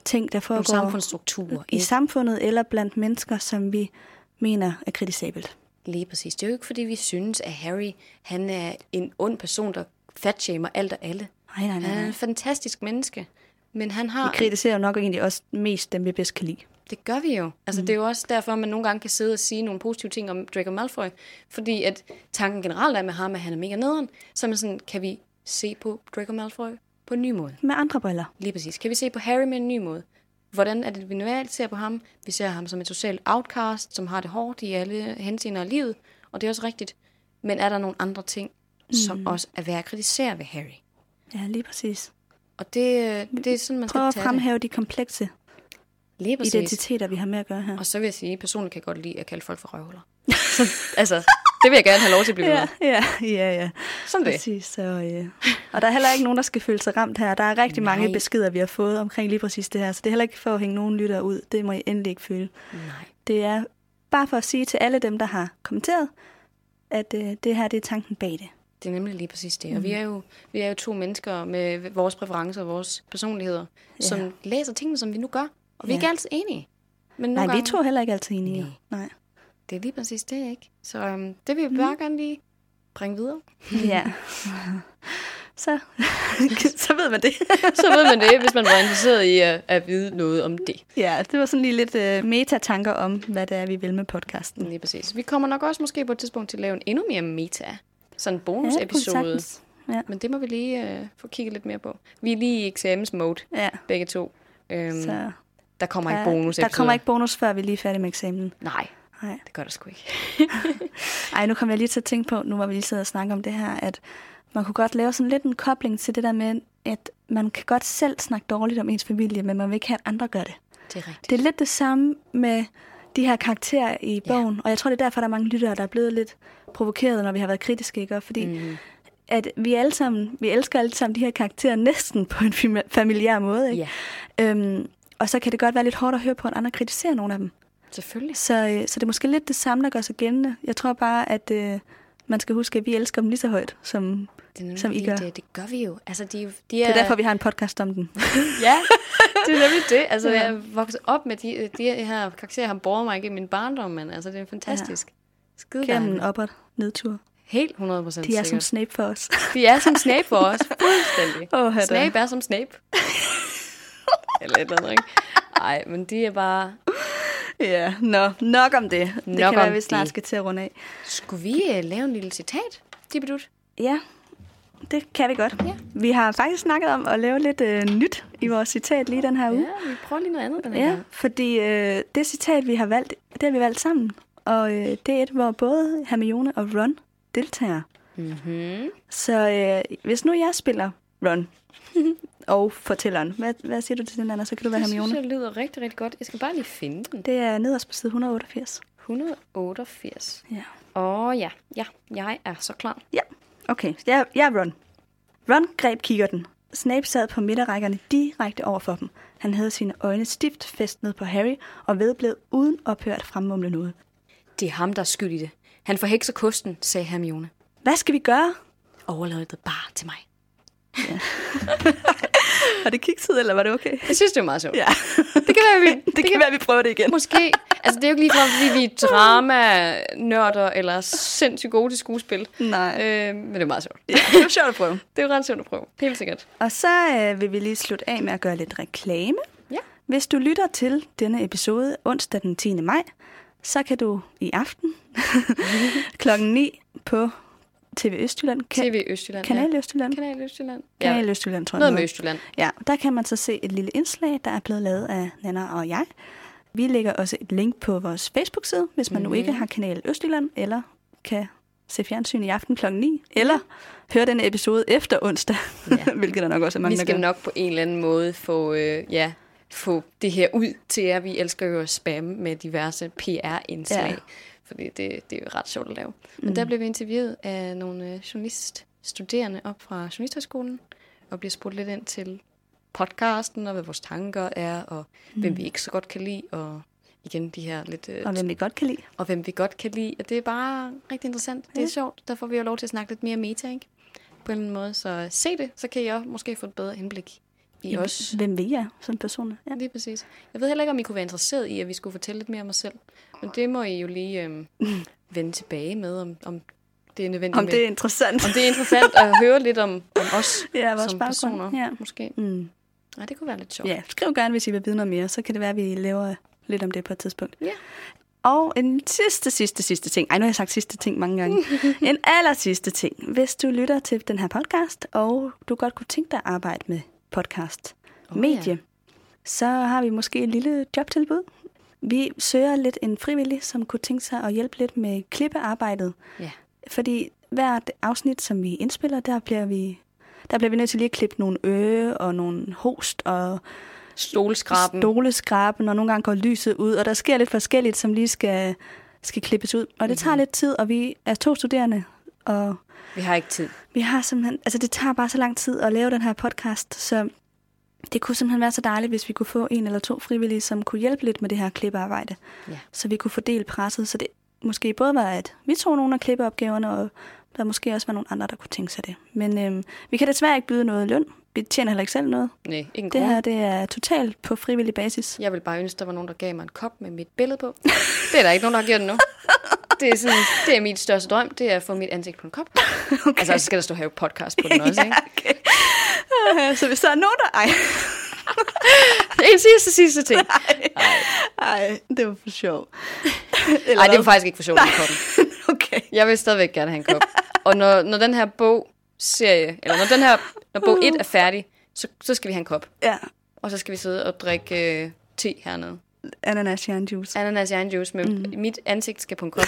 Speaker 2: ting, der
Speaker 1: Nogle
Speaker 2: foregår
Speaker 1: samfundsstrukturer.
Speaker 2: i
Speaker 1: ikke?
Speaker 2: samfundet eller blandt mennesker, som vi mener er kritisabelt.
Speaker 1: Lige præcis. Det er jo ikke, fordi vi synes, at Harry han er en ond person, der fatshamer alt og alle.
Speaker 2: Nej, nej, nej.
Speaker 1: Han er
Speaker 2: nej.
Speaker 1: en fantastisk menneske. Men han
Speaker 2: Vi
Speaker 1: har...
Speaker 2: kritiserer jo nok egentlig også mest dem, vi bedst kan lide.
Speaker 1: Det gør vi jo. Altså, mm. Det er jo også derfor, at man nogle gange kan sidde og sige nogle positive ting om Draco Malfoy. Fordi at tanken generelt er med ham, at han er mega nederen. Så er man sådan, kan vi se på Draco Malfoy på en ny måde?
Speaker 2: Med andre briller.
Speaker 1: Lige præcis. Kan vi se på Harry med en ny måde? Hvordan er det, vi normalt ser på ham? Vi ser ham som en social outcast, som har det hårdt i alle henseender af livet, og det er også rigtigt. Men er der nogle andre ting, mm. som også er værd at kritisere ved Harry?
Speaker 2: Ja, lige præcis.
Speaker 1: Og det, øh, det er sådan, man skal
Speaker 2: Prøv at
Speaker 1: tage
Speaker 2: fremhæve de komplekse
Speaker 1: det. Lige præcis.
Speaker 2: identiteter, vi har med at gøre her.
Speaker 1: Og så vil jeg sige, at personligt kan jeg godt lide at kalde folk for røvhuller. så, altså, det vil jeg gerne have lov til at blive
Speaker 2: (laughs) Ja,
Speaker 1: ja.
Speaker 2: ja, ja, ja.
Speaker 1: Sådan det.
Speaker 2: Præcis, så, øh. Og der er heller ikke nogen, der skal føle sig ramt her. Der er rigtig Nej. mange
Speaker 1: Nej.
Speaker 2: beskeder, vi har fået omkring lige præcis det her, så det er heller ikke for at hænge nogen lyttere ud. Det må I endelig ikke føle.
Speaker 1: Nej.
Speaker 2: Det er bare for at sige til alle dem, der har kommenteret, at øh, det her det er tanken bag det.
Speaker 1: Det er nemlig lige præcis det. Og
Speaker 2: Mm.
Speaker 1: vi, er jo, vi er jo to mennesker med vores præferencer og vores personligheder,
Speaker 2: Ja.
Speaker 1: ja. som læser tingene, som vi nu gør. Og vi er
Speaker 2: Ja.
Speaker 1: ikke altid enige. Men
Speaker 2: Nej,
Speaker 1: nogle
Speaker 2: vi
Speaker 1: gange-
Speaker 2: tror heller ikke altid enige. Nej.
Speaker 1: Det er lige præcis det, ikke? Så øhm, det
Speaker 2: Mm.
Speaker 1: vil jeg bare gerne lige bringe
Speaker 2: (laughs)
Speaker 1: videre.
Speaker 2: Ja. Så, (laughs) så ved man det.
Speaker 1: Så ved man det, hvis man var interesseret i at, at vide noget om det.
Speaker 2: ja, det var sådan lige lidt øh, metatanker om, hvad det er, vi vil med podcasten.
Speaker 1: Lige præcis. Vi kommer nok også måske på et tidspunkt til at lave en endnu mere meta. Sådan en bonusepisode. Ja,
Speaker 2: Ja.
Speaker 1: Men det må vi lige øh, få kigget lidt mere på. Vi er lige i eksamensmode,
Speaker 2: ja.
Speaker 1: begge to. Øhm,
Speaker 2: Så
Speaker 1: der kommer
Speaker 2: der,
Speaker 1: ikke bonus
Speaker 2: der kommer ikke bonus, før vi er lige er færdige med eksamen.
Speaker 1: Nej,
Speaker 2: Nej.
Speaker 1: det gør der sgu ikke.
Speaker 2: Ej, nu kom jeg lige til at tænke på, nu var vi lige siddet og snakke om det her, at man kunne godt lave sådan lidt en kobling til det der med, at man kan godt selv snakke dårligt om ens familie, men man vil ikke have, at andre gør det.
Speaker 1: Det er rigtigt.
Speaker 2: Det er lidt det samme med de her karakterer i bogen, og jeg tror, det er derfor, der er mange lyttere, der er blevet lidt provokeret, når vi har været kritiske, ikke? Og Fordi
Speaker 1: Mhm.
Speaker 2: mm. at vi alle sammen, vi elsker alle sammen de her karakterer næsten på en fami- familiær måde, ikke? Yeah. Øhm, og så kan det godt være lidt hårdt at høre på, at andre kritiserer nogle af dem.
Speaker 1: Selvfølgelig.
Speaker 2: Så, øh, så det er måske lidt det samme, der gør sig gældende. Jeg tror bare, at øh, man skal huske, at vi elsker dem lige så højt, som... Det
Speaker 1: Det er nemlig
Speaker 2: Som I
Speaker 1: lige
Speaker 2: gør.
Speaker 1: Det, det gør vi jo. Altså, de, er jo- de er,
Speaker 2: er derfor, vi har en podcast om den.
Speaker 1: Ja, det er nemlig det. Altså, ja. jeg er vokset op med de, øh, de her karakterer, han borger mig igennem min barndom, men altså, det er fantastisk. Ja. Skide
Speaker 2: Gennem
Speaker 1: dejligt.
Speaker 2: op- og nedtur.
Speaker 1: Helt 100 procent
Speaker 2: De er som
Speaker 1: sikkert.
Speaker 2: Snape for os. (laughs)
Speaker 1: De er som Snape for os. Fuldstændig.
Speaker 2: Åh, da.
Speaker 1: Snape er som
Speaker 2: (laughs)
Speaker 1: Snape. Eller et eller andet, ikke? Ej, men de er bare...
Speaker 2: ja, nå, nok om det. det
Speaker 1: Nok
Speaker 2: kan være,
Speaker 1: om
Speaker 2: vi snart
Speaker 1: det.
Speaker 2: skal til at runde af.
Speaker 1: Skulle vi øh, lave en lille citat? Dibidut.
Speaker 2: Ja, det kan vi godt.
Speaker 1: Ja.
Speaker 2: Vi har faktisk snakket om at lave lidt øh, nyt i vores citat lige den her uge.
Speaker 1: Ja, vi prøver lige noget andet den her
Speaker 2: Ja,
Speaker 1: gang.
Speaker 2: fordi øh, det citat, vi har valgt, det har vi valgt sammen. Og øh, det er et, hvor både Hermione og Ron deltager.
Speaker 1: Mm-hmm.
Speaker 2: (laughs) Så øh, hvis nu jeg spiller Ron, og fortælleren. Hvad, hvad siger du til den, Anna? Så kan du være
Speaker 1: Det synes
Speaker 2: Hermione.
Speaker 1: jeg lyder rigtig, rigtig godt. Jeg skal bare lige finde den.
Speaker 2: Det er nederst på side 188.
Speaker 1: 188.
Speaker 2: Ja.
Speaker 1: Åh ja, ja, jeg er så klar.
Speaker 2: Ja, okay. Jeg, jeg er Ron. Ron greb kikkerten. Snape sad på midterrækkerne direkte over for dem. Han havde sine øjne stift fæstnet på Harry, og vedblev uden ophør at fremmumle noget.
Speaker 1: Det er ham, der er skyld i det. Han forhekser kosten, sagde Hermione.
Speaker 2: Hvad skal vi gøre?
Speaker 1: Overlad det bare til mig.
Speaker 2: Var det kikset, eller var det okay?
Speaker 1: Jeg synes, det er meget sjovt.
Speaker 2: Ja,
Speaker 1: Det kan være, vi,
Speaker 2: (laughs) det, det kan være, vi prøver det igen.
Speaker 1: Måske. Altså, det er jo ikke ligefrem, fordi vi er drama-nørder eller sindssygt gode til skuespil.
Speaker 2: Nej.
Speaker 1: Øh, men det er meget sjovt.
Speaker 2: (laughs) Ja, det var sjovt at prøve.
Speaker 1: Det er jo ret sjovt at prøve. Helt sikkert.
Speaker 2: Og så øh, vil vi lige slutte af med at gøre lidt reklame.
Speaker 1: Ja.
Speaker 2: Hvis du lytter til denne episode onsdag den 10. maj, så kan du i aften (laughs) klokken 9 på TV Østjylland, ka-
Speaker 1: TV Østjylland.
Speaker 2: Kanal
Speaker 1: ja.
Speaker 2: Østjylland,
Speaker 1: Kanal Østjylland.
Speaker 2: Kanal
Speaker 1: Ja.
Speaker 2: Østjylland, tror jeg.
Speaker 1: Noget
Speaker 2: den
Speaker 1: med
Speaker 2: hedder.
Speaker 1: Østjylland.
Speaker 2: Ja, der kan man så se et lille indslag, der er blevet lavet af Nana og jeg. Vi lægger også et link på vores Facebook-side, hvis man mm. nu
Speaker 1: Mm-hmm.
Speaker 2: ikke har kanal Østjylland, eller kan se fjernsyn i aften kl. 9, eller høre denne episode efter onsdag, ja.
Speaker 1: Ja.
Speaker 2: (laughs) hvilket der nok også er mange,
Speaker 1: Vi
Speaker 2: der
Speaker 1: skal
Speaker 2: gør.
Speaker 1: nok på en eller anden måde få, øh, ja, få det her ud til jer. Vi elsker jo at spamme med diverse PR-indslag,
Speaker 2: Ja. Mm.
Speaker 1: ja. fordi det, det er jo ret sjovt at lave. Men der blev vi interviewet af nogle øh, journaliststuderende op fra Journalisthøjskolen, og bliver spurgt lidt ind til podcasten, og hvad vores tanker er, og mm. hvem vi ikke så godt kan lide, og igen de her lidt... Øh,
Speaker 2: Og hvem vi godt kan lide.
Speaker 1: og hvem vi godt kan lide. Og det er bare rigtig interessant. Det er
Speaker 2: Ja.
Speaker 1: sjovt. Der får vi jo lov til at snakke lidt mere meta, ikke? På en eller anden måde. Så se det, så kan I også måske få et bedre indblik i os.
Speaker 2: Hvem vi er som personer. Ja.
Speaker 1: Lige præcis. Jeg ved heller ikke, om I kunne være interesseret i, at vi skulle fortælle lidt mere om os selv. Men det må I jo lige
Speaker 2: (laughs)
Speaker 1: øhm, vende tilbage med, om, om det er nødvendigt.
Speaker 2: Om
Speaker 1: med-
Speaker 2: det er interessant.
Speaker 1: om det er interessant at høre lidt om, om os
Speaker 2: (laughs) Ja, vores
Speaker 1: som
Speaker 2: baggrund,
Speaker 1: personer,
Speaker 2: ja.
Speaker 1: måske.
Speaker 2: Mm.
Speaker 1: Nej, det kunne være lidt sjovt.
Speaker 2: Ja, skriv gerne, hvis I vil vide noget mere. Så kan det være, at vi laver lidt om det på et tidspunkt.
Speaker 1: Ja.
Speaker 2: Og en sidste, sidste, sidste ting. Ej, nu har jeg sagt sidste ting mange
Speaker 1: (laughs)
Speaker 2: gange. en aller sidste ting. Hvis du lytter til den her podcast, og du godt kunne tænke dig at arbejde med podcast, oh,
Speaker 1: Åh,
Speaker 2: medie,
Speaker 1: ja.
Speaker 2: så har vi måske et lille jobtilbud. Vi søger lidt en frivillig, som kunne tænke sig at hjælpe lidt med klippearbejdet.
Speaker 1: ja.
Speaker 2: Fordi hvert afsnit, som vi indspiller, der bliver vi, der bliver vi nødt til lige at klippe nogle øge og nogle host og
Speaker 1: Stolskraben.
Speaker 2: stoleskraben, og nogle gange går lyset ud, og der sker lidt forskelligt, som lige skal, skal klippes ud. Og det tager lidt tid, og vi er to studerende, og
Speaker 1: Vi har ikke tid.
Speaker 2: vi har simpelthen, altså det tager bare så lang tid at lave den her podcast, så det kunne simpelthen være så dejligt, hvis vi kunne få en eller to frivillige, som kunne hjælpe lidt med det her klippearbejde.
Speaker 1: Ja.
Speaker 2: Så vi kunne fordele presset, så det måske både var, at vi tog nogle af klippeopgaverne, og der måske også var nogle andre, der kunne tænke sig det. Men øhm, vi kan desværre ikke byde noget løn. Vi tjener heller ikke selv noget.
Speaker 1: Nej, ikke en
Speaker 2: Det
Speaker 1: krone.
Speaker 2: her, det er totalt på frivillig basis.
Speaker 1: Jeg ville bare ønske, der var nogen, der gav mig en kop med mit billede på. Det er der ikke nogen, der har gjort endnu. Det er, sådan, det er min største drøm, det er at få mit ansigt på en kop. (laughs) Okay. Altså, så skal der stå have podcast på (laughs) den
Speaker 2: (laughs)
Speaker 1: også, ikke?
Speaker 2: okay. Øh, Så hvis der er nogen, der...
Speaker 1: (laughs)
Speaker 2: Ej,
Speaker 1: En sidste, sidste ting.
Speaker 2: Ej det var for sjov.
Speaker 1: Nej, det var faktisk ikke for sjovt med koppen. (laughs)
Speaker 2: Okay.
Speaker 1: Jeg vil stadigvæk gerne have en kop. Og når, når den her bogserie, eller når, den her, når bog 1 er færdig, så, så skal vi have en kop.
Speaker 2: Ja,
Speaker 1: Og så skal vi sidde og drikke øh, te hernede.
Speaker 2: ananas juice.
Speaker 1: Ananas i juice med mm. mit ansigt skal på en kop.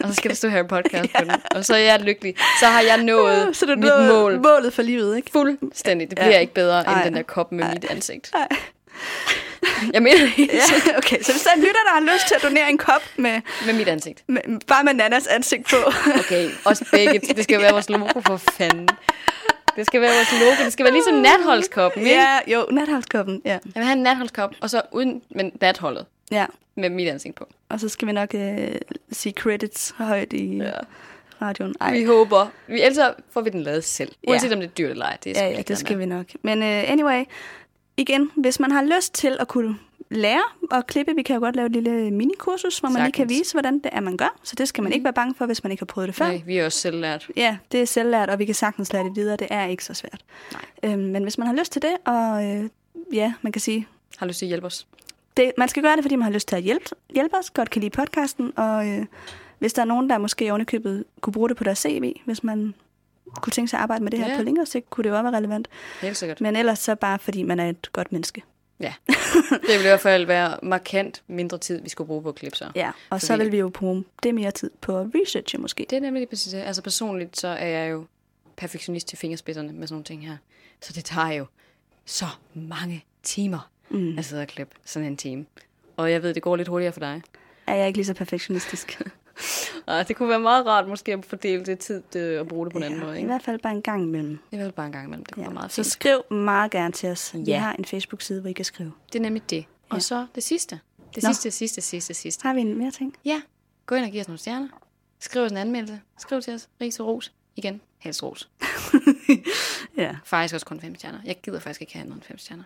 Speaker 1: Og så skal der stå her (laughs) podcast på den. Og så er jeg lykkelig. (laughs) Så har jeg nået
Speaker 2: Så det er
Speaker 1: mit
Speaker 2: noget-
Speaker 1: mål.
Speaker 2: målet for livet, ikke?
Speaker 1: Fuldstændig. Det bliver ja. ikke bedre end
Speaker 2: Ej.
Speaker 1: Ej. den der kop med Ej. mit ansigt.
Speaker 2: Ej.
Speaker 1: Jeg mener det ikke
Speaker 2: Ja, okay. (laughs) Så hvis der er en lytter, der har lyst til at donere en kop med,
Speaker 1: med mit ansigt.
Speaker 2: med bare med Nannas ansigt på.
Speaker 1: (laughs) Okay, også begge. Det skal jo være vores logo for fanden. Det skal være vores logo. Det skal være ligesom natholdskoppen, ikke?
Speaker 2: ja, jo, nathavskoppen. Ja.
Speaker 1: Jeg vil have en natholdskop, og så uden men natholdet
Speaker 2: ja.
Speaker 1: med mit ansigt på.
Speaker 2: Og så skal vi nok øh, sige credits højt i ja. radioen. Ej.
Speaker 1: Vi håber. Vi, ellers så får vi den lavet selv.
Speaker 2: Ja.
Speaker 1: Uanset om det er dyrt eller ej. Det er
Speaker 2: Ja, ja, det skal vi nok. Men uh, anyway, igen, hvis man har lyst til at kunne lære at klippe, vi kan jo godt lave et lille minikursus, hvor man lige kan
Speaker 1: Sagtens. Mhm.
Speaker 2: vise, hvordan det er, man gør. Så det skal man ikke være bange for, hvis man ikke har prøvet det før.
Speaker 1: Nej, vi er også selv lært.
Speaker 2: Ja, det er selvlært, og vi kan sagtens lære det videre. Det er ikke så svært. Øhm, men hvis man har lyst til det, og øh, ja, man kan sige,
Speaker 1: Har lyst til at hjælpe os?
Speaker 2: det, man skal gøre det, fordi man har lyst til at hjælpe, hjælpe os, godt kan lide podcasten, og øh, hvis der er nogen, der måske ovenikøbet kunne bruge det på deres CV, hvis man kunne tænke sig at arbejde med det her
Speaker 1: Ja.
Speaker 2: på længere sigt, kunne det jo også være relevant.
Speaker 1: Helt sikkert.
Speaker 2: Men ellers så bare, fordi man er et godt menneske. (laughs)
Speaker 1: Ja. Det ville i hvert fald være markant mindre tid, vi skulle bruge på at klippe sig.
Speaker 2: Ja, og så
Speaker 1: Fordi-
Speaker 2: vil vi jo bruge det mere tid på at researche måske.
Speaker 1: Det er nemlig lige præcis det. Altså personligt, så er jeg jo perfektionist til fingerspidserne med sådan nogle ting her. Så det tager jo så mange timer,
Speaker 2: Mm.
Speaker 1: jeg sidder og klipper sådan en time. Og jeg ved, det går lidt hurtigere for dig.
Speaker 2: Er jeg ikke lige så perfektionistisk?
Speaker 1: Og det kunne være meget rart måske at fordele det tid øh, og bruge det på en anden måde.
Speaker 2: I
Speaker 1: Ikke?
Speaker 2: hvert fald bare en gang imellem.
Speaker 1: Det er vel bare en gang imellem. Det kunne ja. være meget
Speaker 2: Så
Speaker 1: fint.
Speaker 2: skriv meget gerne til os. Vi
Speaker 1: Ja.
Speaker 2: har en Facebook-side, hvor I kan skrive.
Speaker 1: Det er nemlig det. Og
Speaker 2: Ja.
Speaker 1: så det sidste. Det
Speaker 2: Nå.
Speaker 1: sidste, sidste, sidste, sidste.
Speaker 2: Har vi en mere ting?
Speaker 1: Ja, gå ind og giv os nogle stjerner. Skriv os en anmeldelse. Skriv til os. Ris og ros. Igen, helst ros.
Speaker 2: Ja.
Speaker 1: Faktisk også kun fem stjerner. Jeg gider faktisk ikke have andet end fem stjerner.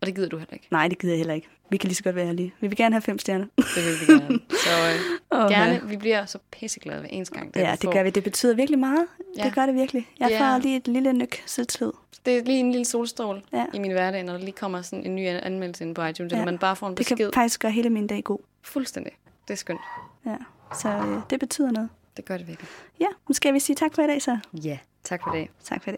Speaker 1: Og det gider du heller ikke.
Speaker 2: Nej, det gider jeg heller ikke. Vi kan lige så godt være ærlige. Vi vil gerne have fem stjerner.
Speaker 1: Det vil vi gerne. Så øh,
Speaker 2: (laughs) Okay.
Speaker 1: gerne. Vi bliver så pisseglade hver eneste gang.
Speaker 2: Ja, det gør vi. Det betyder virkelig meget.
Speaker 1: Ja.
Speaker 2: Ja. Det gør det virkelig. Jeg
Speaker 1: Ja.
Speaker 2: får lige et lille nyk selvtillid.
Speaker 1: Det er lige en lille solstråle ja.
Speaker 2: Ja.
Speaker 1: i min hverdag, når der lige kommer sådan en ny an- anmeldelse ind på iTunes, ja.
Speaker 2: Ja.
Speaker 1: eller man bare får en
Speaker 2: Det
Speaker 1: besked.
Speaker 2: kan faktisk gøre hele min dag god.
Speaker 1: Fuldstændig. Det er skønt.
Speaker 2: Ja. Så øh, det betyder noget.
Speaker 1: Det gør det virkelig.
Speaker 2: Ja, nu skal vi sige tak for i dag så.
Speaker 1: Ja. Tak for i dag.
Speaker 2: Tak for i dag.